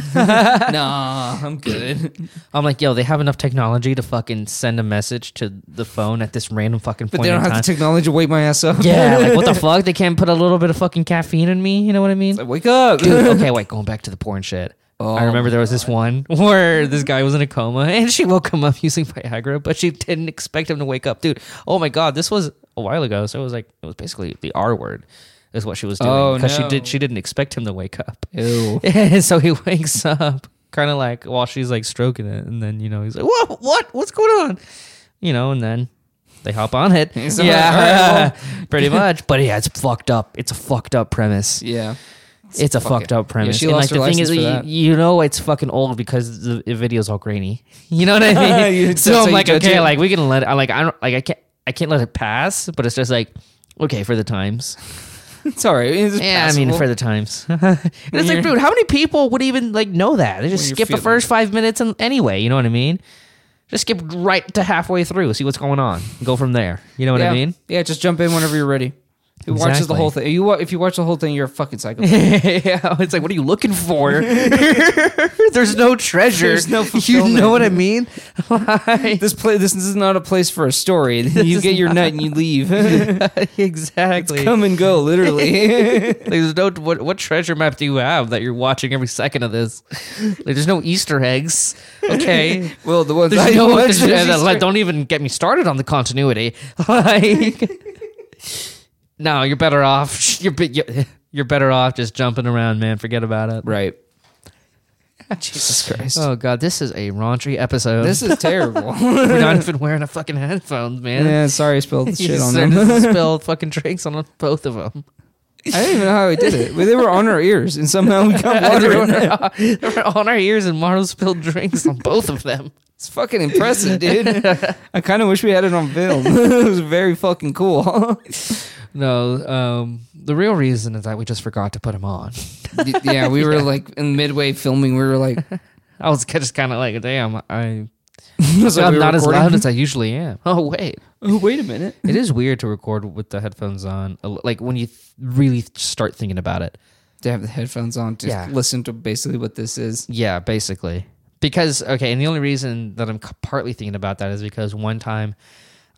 nah, I'm good."
I'm like, yo, they have enough technology to fucking send a message to the phone at this random fucking point
But they don't
in
have
time.
the technology to wake my ass up.
Yeah, like what the fuck? They can't put a little bit of fucking caffeine in me. You know what I mean?
*laughs* *laughs* Like, wake up.
Dude, okay, wait. Going back to the porn shit.
Oh
I remember there was this one *laughs* where this guy was in a coma and she woke him up *laughs* using Viagra, but she didn't expect him to wake up, dude. Oh my god, this was a while ago. So it was like it was basically the R word is what she was doing
Oh,
because
no.
she did she didn't expect him to wake up.
Ew.
And *laughs* so he wakes up kind of like while she's like stroking it, and then you know he's like, "Whoa, what? What's going on?" You know, and then they hop on it.
He's
*laughs*
like, "All right,
pretty much. *laughs* But yeah, it's fucked up. It's a fucked up premise.
Yeah.
It's, a fucked
fucking-
up premise.
Yeah, she
and
lost
like
her
the thing is,
license for that.
you, you know, it's fucking old because the, the video's all grainy. *laughs* You know what I mean?
You- that's
so
how
I'm
you
like,
judge
okay,
it?
like we can let. I like I don't like I can't I can't let it pass. But it's just like. Okay, for the times.
It's all right. It's
Yeah, I mean,
passable.
for the *laughs* times. and it's like, dude, how many people would even like know that? They
When
just
you're
skip the
feeling-
first five minutes and anyway. You know what I mean? Just skip right to halfway through, see what's going on, go from there. You know what
yeah.
I mean? *laughs*
Yeah, just jump in whenever you're ready. Who watches the
Exactly.
whole thing? You wa- if you watch the whole thing, you're a fucking
*laughs*
psychopath.
yeah, it's like, what are you looking *laughs* for? There's no treasure.
There's no
*laughs* you know what I mean? Like-
this play this is not a place for a story. you
is
get your nut and you
*laughs*
leave. *laughs*
exactly.
Come and go,
*laughs*
literally.
There's no what, what treasure map do you have that you're watching every second of this? Like, There's no Easter eggs. *laughs* Okay.
well, the ones I
There's no
watch,
*laughs* there's-
there's
uh,
just-
like, don't even get me started on the continuity. *laughs* Like, no, you're better off. *laughs* You're be- you're- you're better off just jumping around, man. Forget about it.
*laughs* right. Jesus Christ.
Oh god, this is a raunchy episode.
This is terrible.
*laughs* We're not even wearing a fucking headphones, man.
*laughs* *laughs*
*laughs*
yeah, sorry I spilled
You
shit on *laughs*
deserve
them.
to spill fucking drinks on both of them.
I don't even know how we did it. But they were on our ears, and somehow we *laughs* got *laughs* water in
on,
it.
our, they were on our ears, and Marlo spilled drinks on both
*laughs*
of them.
It's fucking impressive, dude. I kind of wish we had it on film. *laughs* it was very fucking cool.
*laughs* No, um, the real reason is that we just forgot to put them on.
Y- yeah, we were like in midway filming. We were *laughs* like,
I was just kind of like, damn, I,
was like
I'm
we were
not as
*laughs* recording.
loud as I usually am. Oh wait,
Oh, wait a minute.
it is weird to record with the headphones on. a l- Like when you th- really start thinking about it.
To have the headphones on to
Yeah.
listen to basically what this is.
Yeah, basically. Because okay, and the only reason that I'm c- partly thinking about that is because one time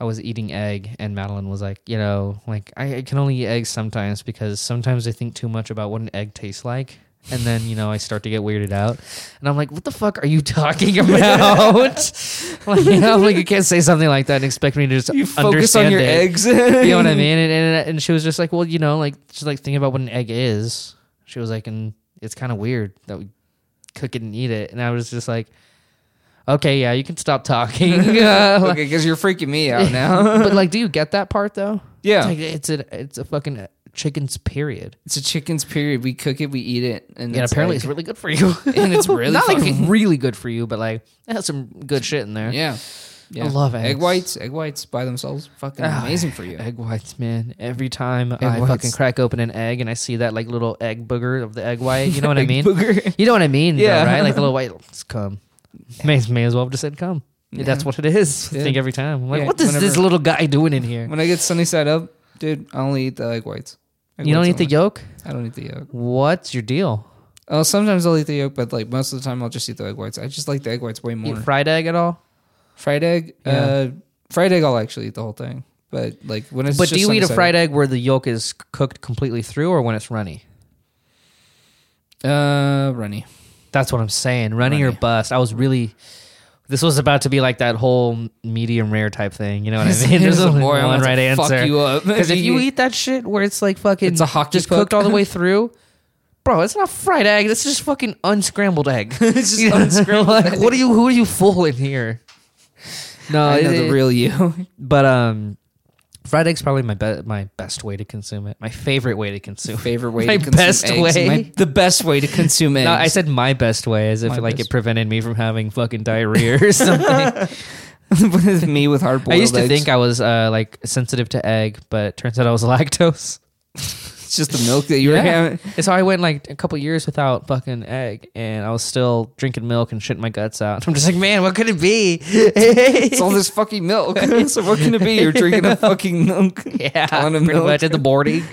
I was eating egg and Madeline was like, you know, like I, I can only eat eggs sometimes because sometimes I think too much about what an egg tastes like. And then, you know, I start to get weirded out. And I'm like, what the fuck are you talking *laughs* about? like, you know, like, you can't say something like that and expect me to just
You focus on
understand
your
it.
eggs.
*laughs*
*laughs*
You know what I mean? And, and and she was just like, well, you know, like she's like thinking about what an egg is. She was like, and it's kind of weird that we cook it and eat it. And I was just like, okay, yeah, you can
*laughs*
stop talking. *laughs* Uh, like-
okay, because you're freaking me *laughs* out now.
*laughs* but like, do you get that part though?
Yeah.
It's like it's a it's a fucking chicken's period.
It's a chicken's period. We cook it, we eat it, and
and
it's
apparently,
like-
it's really good for you.
*laughs* And
*laughs*
it's really
not
fucking-
like really good for you, but like it has some good shit in there.
yeah. yeah.
love
egg
eggs.
whites. Egg whites by themselves, fucking
Ah,
amazing for
*laughs*
you.
Egg whites, man. Every time I
whites.
fucking crack open an egg and I see that like little egg booger of the
*laughs*
egg white, you know what I mean? *laughs*
Booger.
You know what I mean? though,
Yeah.
right? Like
*laughs*
the little white it's cum. May, may as well have just said cum. Yeah, That's what it is. I
Yeah.
think every time. I'm like,
Yeah,
what is this
whenever-
little guy doing in here?
When I get sunny side up, dude, I only eat the egg whites. Egg
You don't
whites
eat the
only.
yolk?
I don't eat the yolk.
What's your deal?
Oh, sometimes I'll eat the yolk, but like most of the time, I'll just eat the egg whites. I just like the egg whites way more.
Eat fried egg at all?
fried egg,
Yeah.
uh, fried egg. I'll actually eat the whole thing, but like when it's
but
just
do you
sunny
eat a
side
fried egg where the yolk is c- cooked completely through or when it's runny?
up- uh, runny.
That's what I'm saying. Runny or
Runny.
bust. I was really. This was about to be like that whole medium rare type thing. You know what
*laughs*
I mean? *laughs* *laughs* There's
Here's a
only
boy, I'm
one
about to
right
Fuck
answer.
you up
Because
*laughs*
if you eat that shit where it's like fucking,
It's a hockey
just cooked
puck.
all
*laughs*
the way through, bro. It's not fried egg. It's just fucking unscrambled egg. *laughs*
it's just
You know?
*laughs* unscrambled
like,
egg.
what are you? Who are you fooling here? No,
I know
uh, it-
the real
*laughs*
you.
but um, fried egg's probably my be- my best way to consume it. My favorite way to consume it.
Favorite way
*laughs* My
to consume
best
eggs.
way.
My- *laughs* the best way to consume eggs.
No, I said my best way, as if
My
like
best-
it prevented me from having fucking diarrhea or *laughs* something.
*laughs* *laughs* with me with hard boiled.
I used to
eggs.
think I was uh, like sensitive to egg, but it turns out I was *laughs* lactose.
it's just the milk that you were
Yeah.
having.
And so I went like a couple years without fucking egg, and I was still drinking milk and shitting my guts out. *laughs* I'm just like, man, what could it be? *laughs*
It's *laughs* all this fucking milk. so what can it be? You're drinking a fucking milk.
yeah,
Ton of
pretty
milk.
much at
*laughs*
the boarding.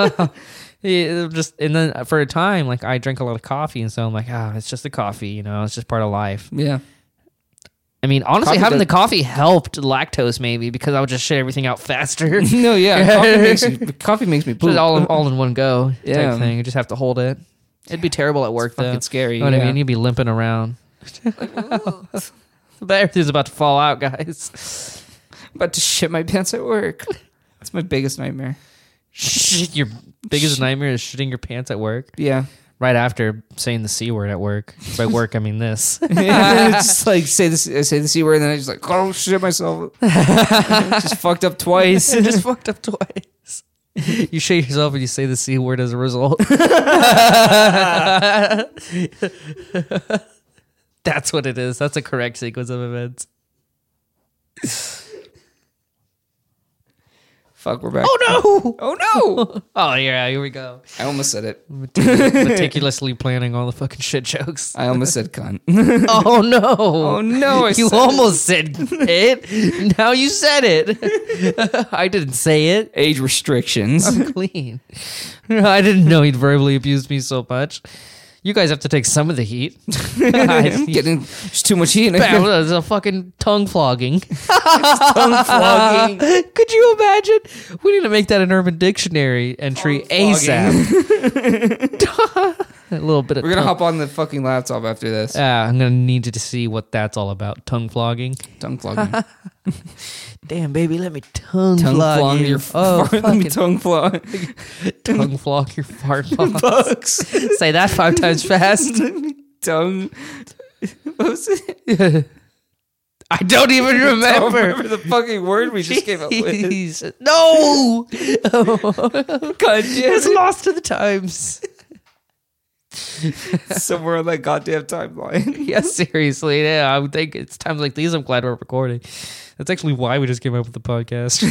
*laughs* Yeah, just and then for a time, like I drink a lot of coffee, and so I'm like, ah, it's just the coffee, you know, it's just part of life.
Yeah.
I mean, honestly,
Coffee
having
does-
the coffee helped lactose maybe because I would just shit everything out
*laughs*
faster. *laughs*
No, yeah. Coffee makes, you, coffee makes me *laughs* poop.
Just all in, all in one go
Yeah.
type thing. You just have to hold it. It'd be terrible at work
It's *laughs*
though.
fucking scary.
You know what
yeah.
I mean? You'd be
*laughs*
limping around. but everything's about to fall out, guys.
about to shit my pants at work. *laughs* That's my biggest nightmare.
Shit, your biggest nightmare is shitting your pants at work. *laughs*
Yeah. *laughs*
Right after saying the c word at work. By work, I mean this.
it's just like say this, I say the c word, and then I just like oh shit
*laughs*
myself. just fucked up twice.
You just fucked up twice. You shit yourself and you say the c word as a result. *laughs* That's what it is. That's a correct sequence of events.
Fuck, we're back.
Oh no!
Oh
*laughs*
no!
Oh yeah, here we go.
I almost said it.
Meticulously planning all the fucking shit jokes.
I almost said cunt.
*laughs* Oh no!
Oh no! I
You
said
almost said it. Now you said it. *laughs* I didn't say it.
age
*laughs*
restrictions.
Clean. I didn't know he'd verbally abused me so much. You guys have to take some of the heat.
*laughs*
*laughs*
I'm getting there's too much heat.
Bam, *laughs* that was a fucking tongue
*laughs*
flogging.
Tongue
*laughs*
flogging.
Uh, Could you imagine? We need to make that an Urban Dictionary entry ASAP. *laughs* a little bit of
We're gonna
tongue-
hop on the fucking laptop after this.
Ah, I'm gonna need you to see what that's all about. Tongue flogging. *laughs*
Tongue flogging.
Damn, baby, let me tongue,
Tongue
flog,
flog
you.
your
*laughs*
*laughs*
oh,
fart. Let me
fucking
tongue flog.
tongue flog *laughs* your fart box.
Bugs.
Say that five times
*laughs*
fast.
Let me tongue. What was it?
I don't even
I don't
remember.
remember the fucking word we just came up
*laughs*
with.
Jeez. No. *laughs* God, it's lost to the times.
Somewhere on that goddamn timeline.
Yeah, seriously. Yeah, I would think it's times like these. I'm glad we're recording. That's actually why we just came up with the podcast.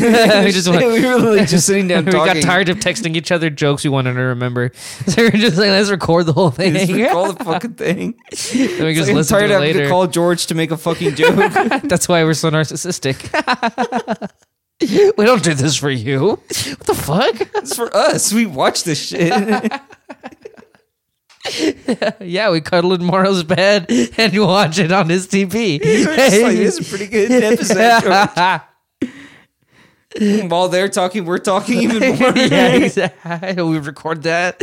*laughs* *laughs* we just
*laughs*
went,
we
*laughs*
were like just sitting down
we got
talking.
*laughs* tired of texting each other jokes we wanted to remember, *laughs* so we're just like, let's record the whole thing.
Just
*laughs*
recall the fucking thing.
Then we
It's
just
like, I'm
listen to
tired
it
of having to
later.
call George to make a fucking joke.
*laughs* That's why we're so narcissistic. *laughs* we don't do this for you. What the fuck?
it's for us. We watch this shit.
*laughs*
*laughs*
yeah, we cuddle in Morrow's bed and watch it on his TV.
We're just like, this
*laughs*
is a pretty good episode. George." While they're talking, we're talking even more.
*laughs* yeah, exactly. We record that.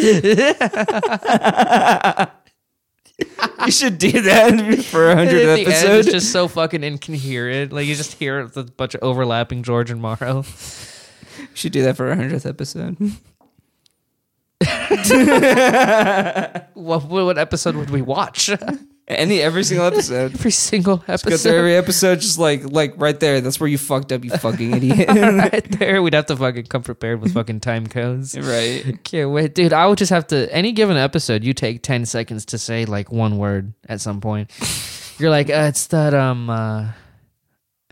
*laughs* you should do that for a hundred
At the end,
episodes.
it's just so fucking incoherent. Like you just hear a bunch of overlapping George and Morrow.
You should do that for a hundredth episode.
*laughs* What, what episode would we watch?
*laughs*
*laughs*
Any every single episode.
Every single
Go through
episode.
every episode, just like like right there. That's where you fucked up, you fucking idiot.
*laughs* Right there, we'd have to fucking come prepared with fucking time
*laughs* *laughs*
codes.
right.
Can't wait, dude. I would just have to. Any given episode, you take ten seconds to say like one word at some point. *laughs* You're like, uh, it's that um, uh,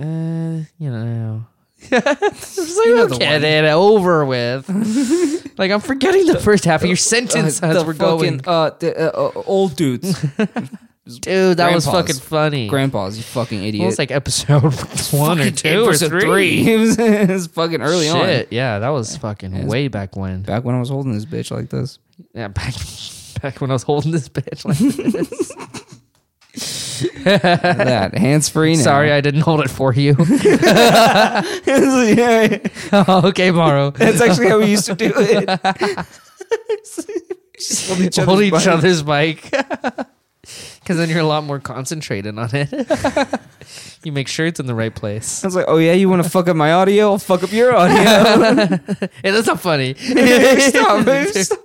uh you
*laughs*
know. Just like,
know the
get it over with. *laughs* like I'm forgetting the first half of your sentence
*laughs* Uh,
as
the
we're
fucking
going.
uh, the, uh, uh, old dudes,
Dude, that
grandpas.
was fucking
*laughs*
funny.
grandpas, you fucking idiot.
Well, it's like episode *laughs* one or
Fucking
two or
episode *laughs*
three.
it, was, it was fucking early
Shit, yeah, that was fucking
it's-
way back when.
on. Back when I was holding this bitch like this.
Yeah, back *laughs* back when I was holding this bitch like this. *laughs*
that hands free. Now.
Sorry, I didn't hold it for *laughs* you.
yeah,
Oh, okay, Morrow.
that's actually how we used to do *laughs* it. Just hold each
Hold
other's
each
butt.
other's mic. *laughs* Because then you're a lot more concentrated on it. *laughs* you make sure it's in the right *laughs* place.
I was like, oh yeah, you want to fuck up my audio? I'll fuck up your *laughs* audio.
*laughs* Hey, that's not *laughs*
*laughs*
funny.
Stop, man, stop.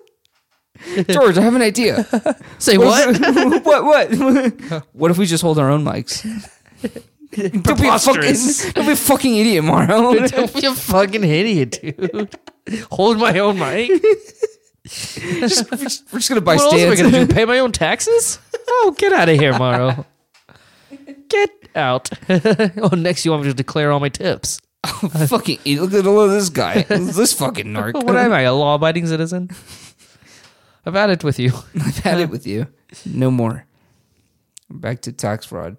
*laughs* George, I have an idea.
Say what?
*laughs* what? What? *laughs* What if we just hold our own mics? *laughs* Don't be a
Preposterous.
fucking, *laughs* don't be a fucking idiot, *laughs* Morrow.
*laughs* Don't be a fucking idiot, dude. Hold my own *laughs* mic.
Just- we're just we're just gonna buy
what else am I
stands.
going to do? Pay my own taxes? Oh, get out of here, Morrow. *laughs* Get out. *laughs* oh, next you want me to declare all my tips.
*laughs* fucking idiot. Look at all of this *laughs* guy. this fucking narc.
What am I, a law-abiding citizen? I've had it with you.
I've *laughs* had it with you. No more. Back to tax fraud.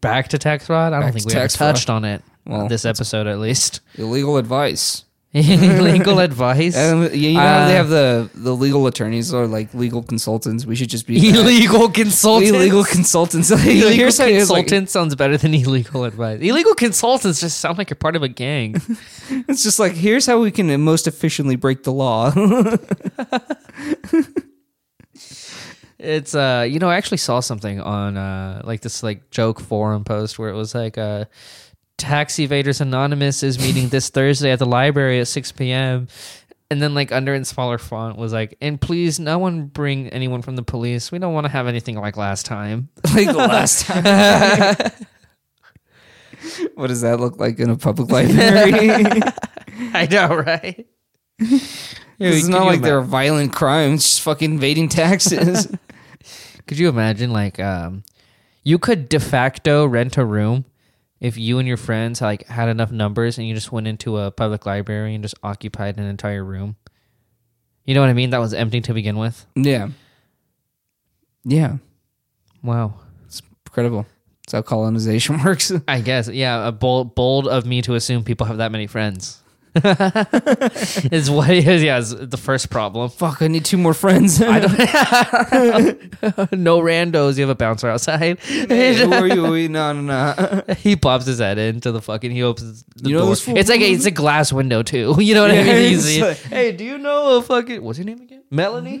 back to tax fraud. I don't
Back to
think we ever
tax fraud.
touched on it
Well,
this episode, at *laughs* least.
Illegal advice.
Legal advice.
Um, yeah, you know how they
Uh,
have the, the legal attorneys or like legal consultants. We should just *laughs* be that.
illegal consultants.
illegal consultants. *laughs*
Illegal
Here's how it's like-
consultant sounds better than *laughs* illegal advice. Illegal consultants just sound like you're part of
*laughs*
a gang.
It's just like here's how we can most efficiently break the law. *laughs*
It's uh, you know, I actually saw something on uh, like this like joke forum post where it was like uh, Tax Evaders Anonymous is
*laughs*
meeting this Thursday at the library at six p.m. And then like under in smaller font was like, and please no one bring anyone from the police. We don't want to have anything like last time. *laughs*
like the *laughs* last time. what does that look like in a public *laughs* library?
I know,
*laughs*
right?
it's not like they're violent crimes, just fucking evading *laughs* taxes.
Could you imagine, like, um, you could de facto rent a room if you and your friends like had enough numbers and you just went into a public library and just occupied an entire room. You know what I mean? That was empty to begin with.
yeah. Yeah.
Wow.
It's incredible. That's how colonization *laughs* works.
I guess, yeah. A bold, bold of me to assume people have that many friends. *laughs* is what it is. Yeah, is the first problem. *laughs*
Fuck, I need two more friends. *laughs*
*laughs* no randos. You have a bouncer outside.
Hey, who are you? We- No, no, no. *laughs*
He pops his head into the fucking. He opens the
You know
door.
this fool-
It's like a, it's a glass window too. *laughs* You know what I
Yeah,
mean? You
it's
see it.
like-
hey, do you know a fucking what's your name again? Melanie.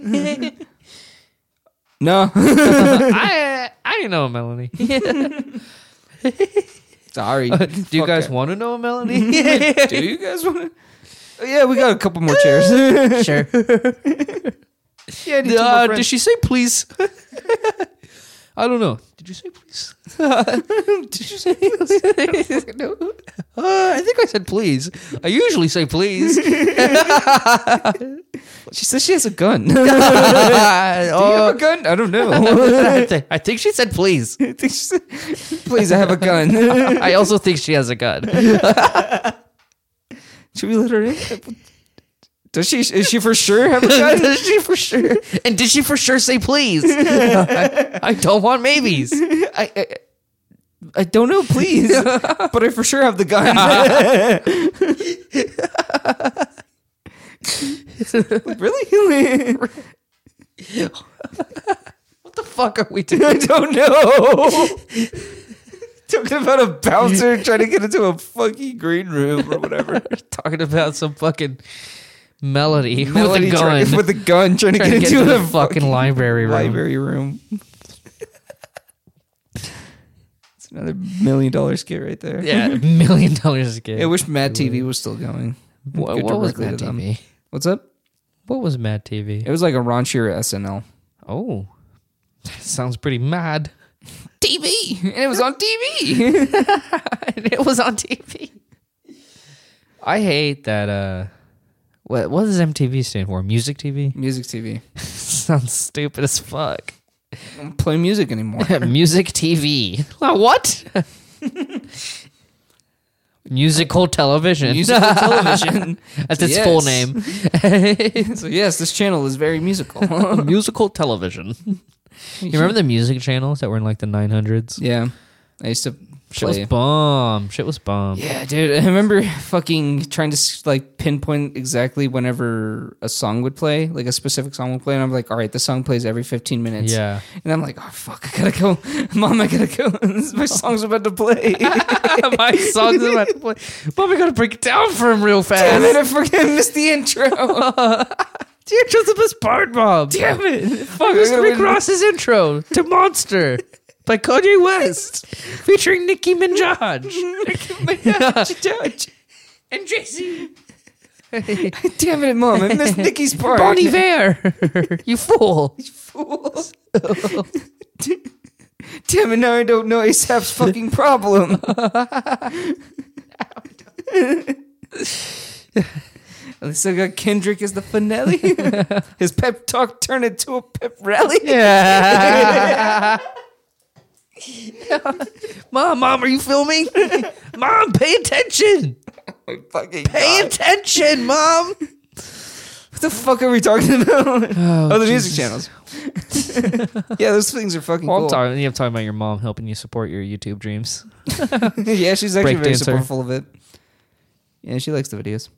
No.
*laughs*
*laughs*
I I didn't know a Melanie. *laughs* do
*laughs* Sorry.
you
Fuck
guys
it.
want to know
*laughs*
a Melanie? *laughs*
Do you guys want to? *laughs* Yeah, we got a couple more *laughs* chairs.
*laughs* sure.
yeah, I need two more
Uh,
friends.
did she say please? *laughs* I don't know. Did you say please? *laughs*
Did you *laughs* say please?
no. Uh, I think I said please. I usually say
*laughs*
please.
she says she has a gun. *laughs* Uh, Do you have a
*laughs* Oh.
gun? I don't know.
I thi- I think she said please.
I think she said, *laughs* please, I have a gun.
*laughs*
*laughs*
I also think she has a gun.
Should we let her in? *laughs* Does she? Is she for sure have a *laughs* gun?
Did she for sure? And did she for sure say
*laughs*
please? I, I don't want maybes.
I, I, I don't know, *laughs* please. but I for sure have the *laughs* gun. *laughs* really?
What the fuck are
*laughs*
we
I
doing? *laughs*
don't know. *laughs* Talking about a bouncer trying to get into a fucking green room or
*laughs*
whatever.
Talking about some fucking melody,
Melody
with a gun.
trying- *laughs* with a gun trying,
trying
to get into
the
a
fucking, library room.
library room. it's another million dollar skit right there.
*laughs* Yeah, million dollars a game.
*laughs* I wish Mad TV was still going.
Wha-
Go
what was
directly
Mad
to them.
TV?
What's up?
What was Mad TV?
It was like a raunchier SNL.
Oh, sounds pretty mad. *laughs*
TV, and it was on TV.
it was on TV. I hate that. Uh, what what does MTV stand for? Music TV.
*laughs* Music TV.
*laughs* sounds stupid as fuck.
I don't play music anymore.
*laughs* Music TV. Uh, What? Musical television. *laughs*
Musical television.
That's its full name.
*laughs* So yes, this channel is very *laughs* musical.
*laughs* Musical television. You remember the music channels that were in like the 900s?
yeah, I used to
Shit was
play.
bomb. Shit was bomb.
Yeah, dude, *laughs* I remember fucking trying to s- like pinpoint exactly whenever a song would play, like a specific song would play, and I'm like, all right, the song plays every 15 minutes.
Yeah.
And I'm like, oh fuck, I gotta go, *laughs* mom, I gotta go. *laughs* My song's about to play.
*laughs*
*laughs*
My song's about *laughs* to play. But we gotta break it down for him real
Damn it,
fast.
I forget, I missed the intro. *laughs*
Dear Josephus Bard Bob. Damn it. Fuck,
I gotta
Rick
win.
Ross's intro to Monster by Kanye West featuring Nicki Minaj
Judge.
and Jay-Z.
Damn it, mom, I missed
*laughs*
Nikki's part.
Bonnie Vare. you fool.
*laughs* fools. Damn it, now I don't know ASAP's fucking problem. At least I got Kendrick as the
*laughs*
finale. His pep talk turned into a pep rally.
Yeah. *laughs* mom, mom, are you filming? mom, pay attention.
Fucking
Pay
God.
attention, mom.
What the fuck are we talking about? Oh, the music channels. yeah, those things are fucking
Well, I'm
cool.
talking, yeah, I'm talking about your mom helping you support your YouTube dreams.
*laughs* yeah, she's actually very
Breakdancer.
supportful of it. Yeah, she likes the videos.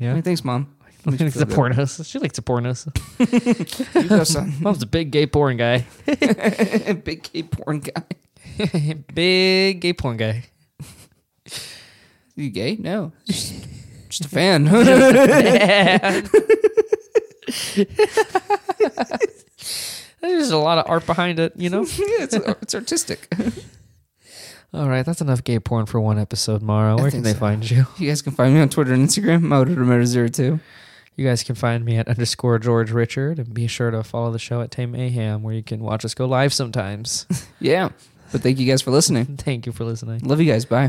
Yeah.
Hey, thanks, *laughs* mom.
She likes to porn us. She likes to porn us.
*laughs* You go, son.
Mom's a big gay porn guy. *laughs*
Big gay porn guy.
big gay porn guy.
You gay? No. Just, just *laughs* a fan. That's
*laughs* There's a lot of art behind it, you know?
yeah, it's, uh, it's *laughs* artistic.
All right, that's enough gay porn for one episode, Mara. Where can
think
they
so.
find you?
You guys can find me on Twitter and Instagram. Motortomato02.
You guys can find me at underscore George Richard and be sure to follow the show at Tame Aham where you can watch us go live sometimes. *laughs*
Yeah. But thank you guys for listening.
Thank you for listening.
Love you guys. Bye.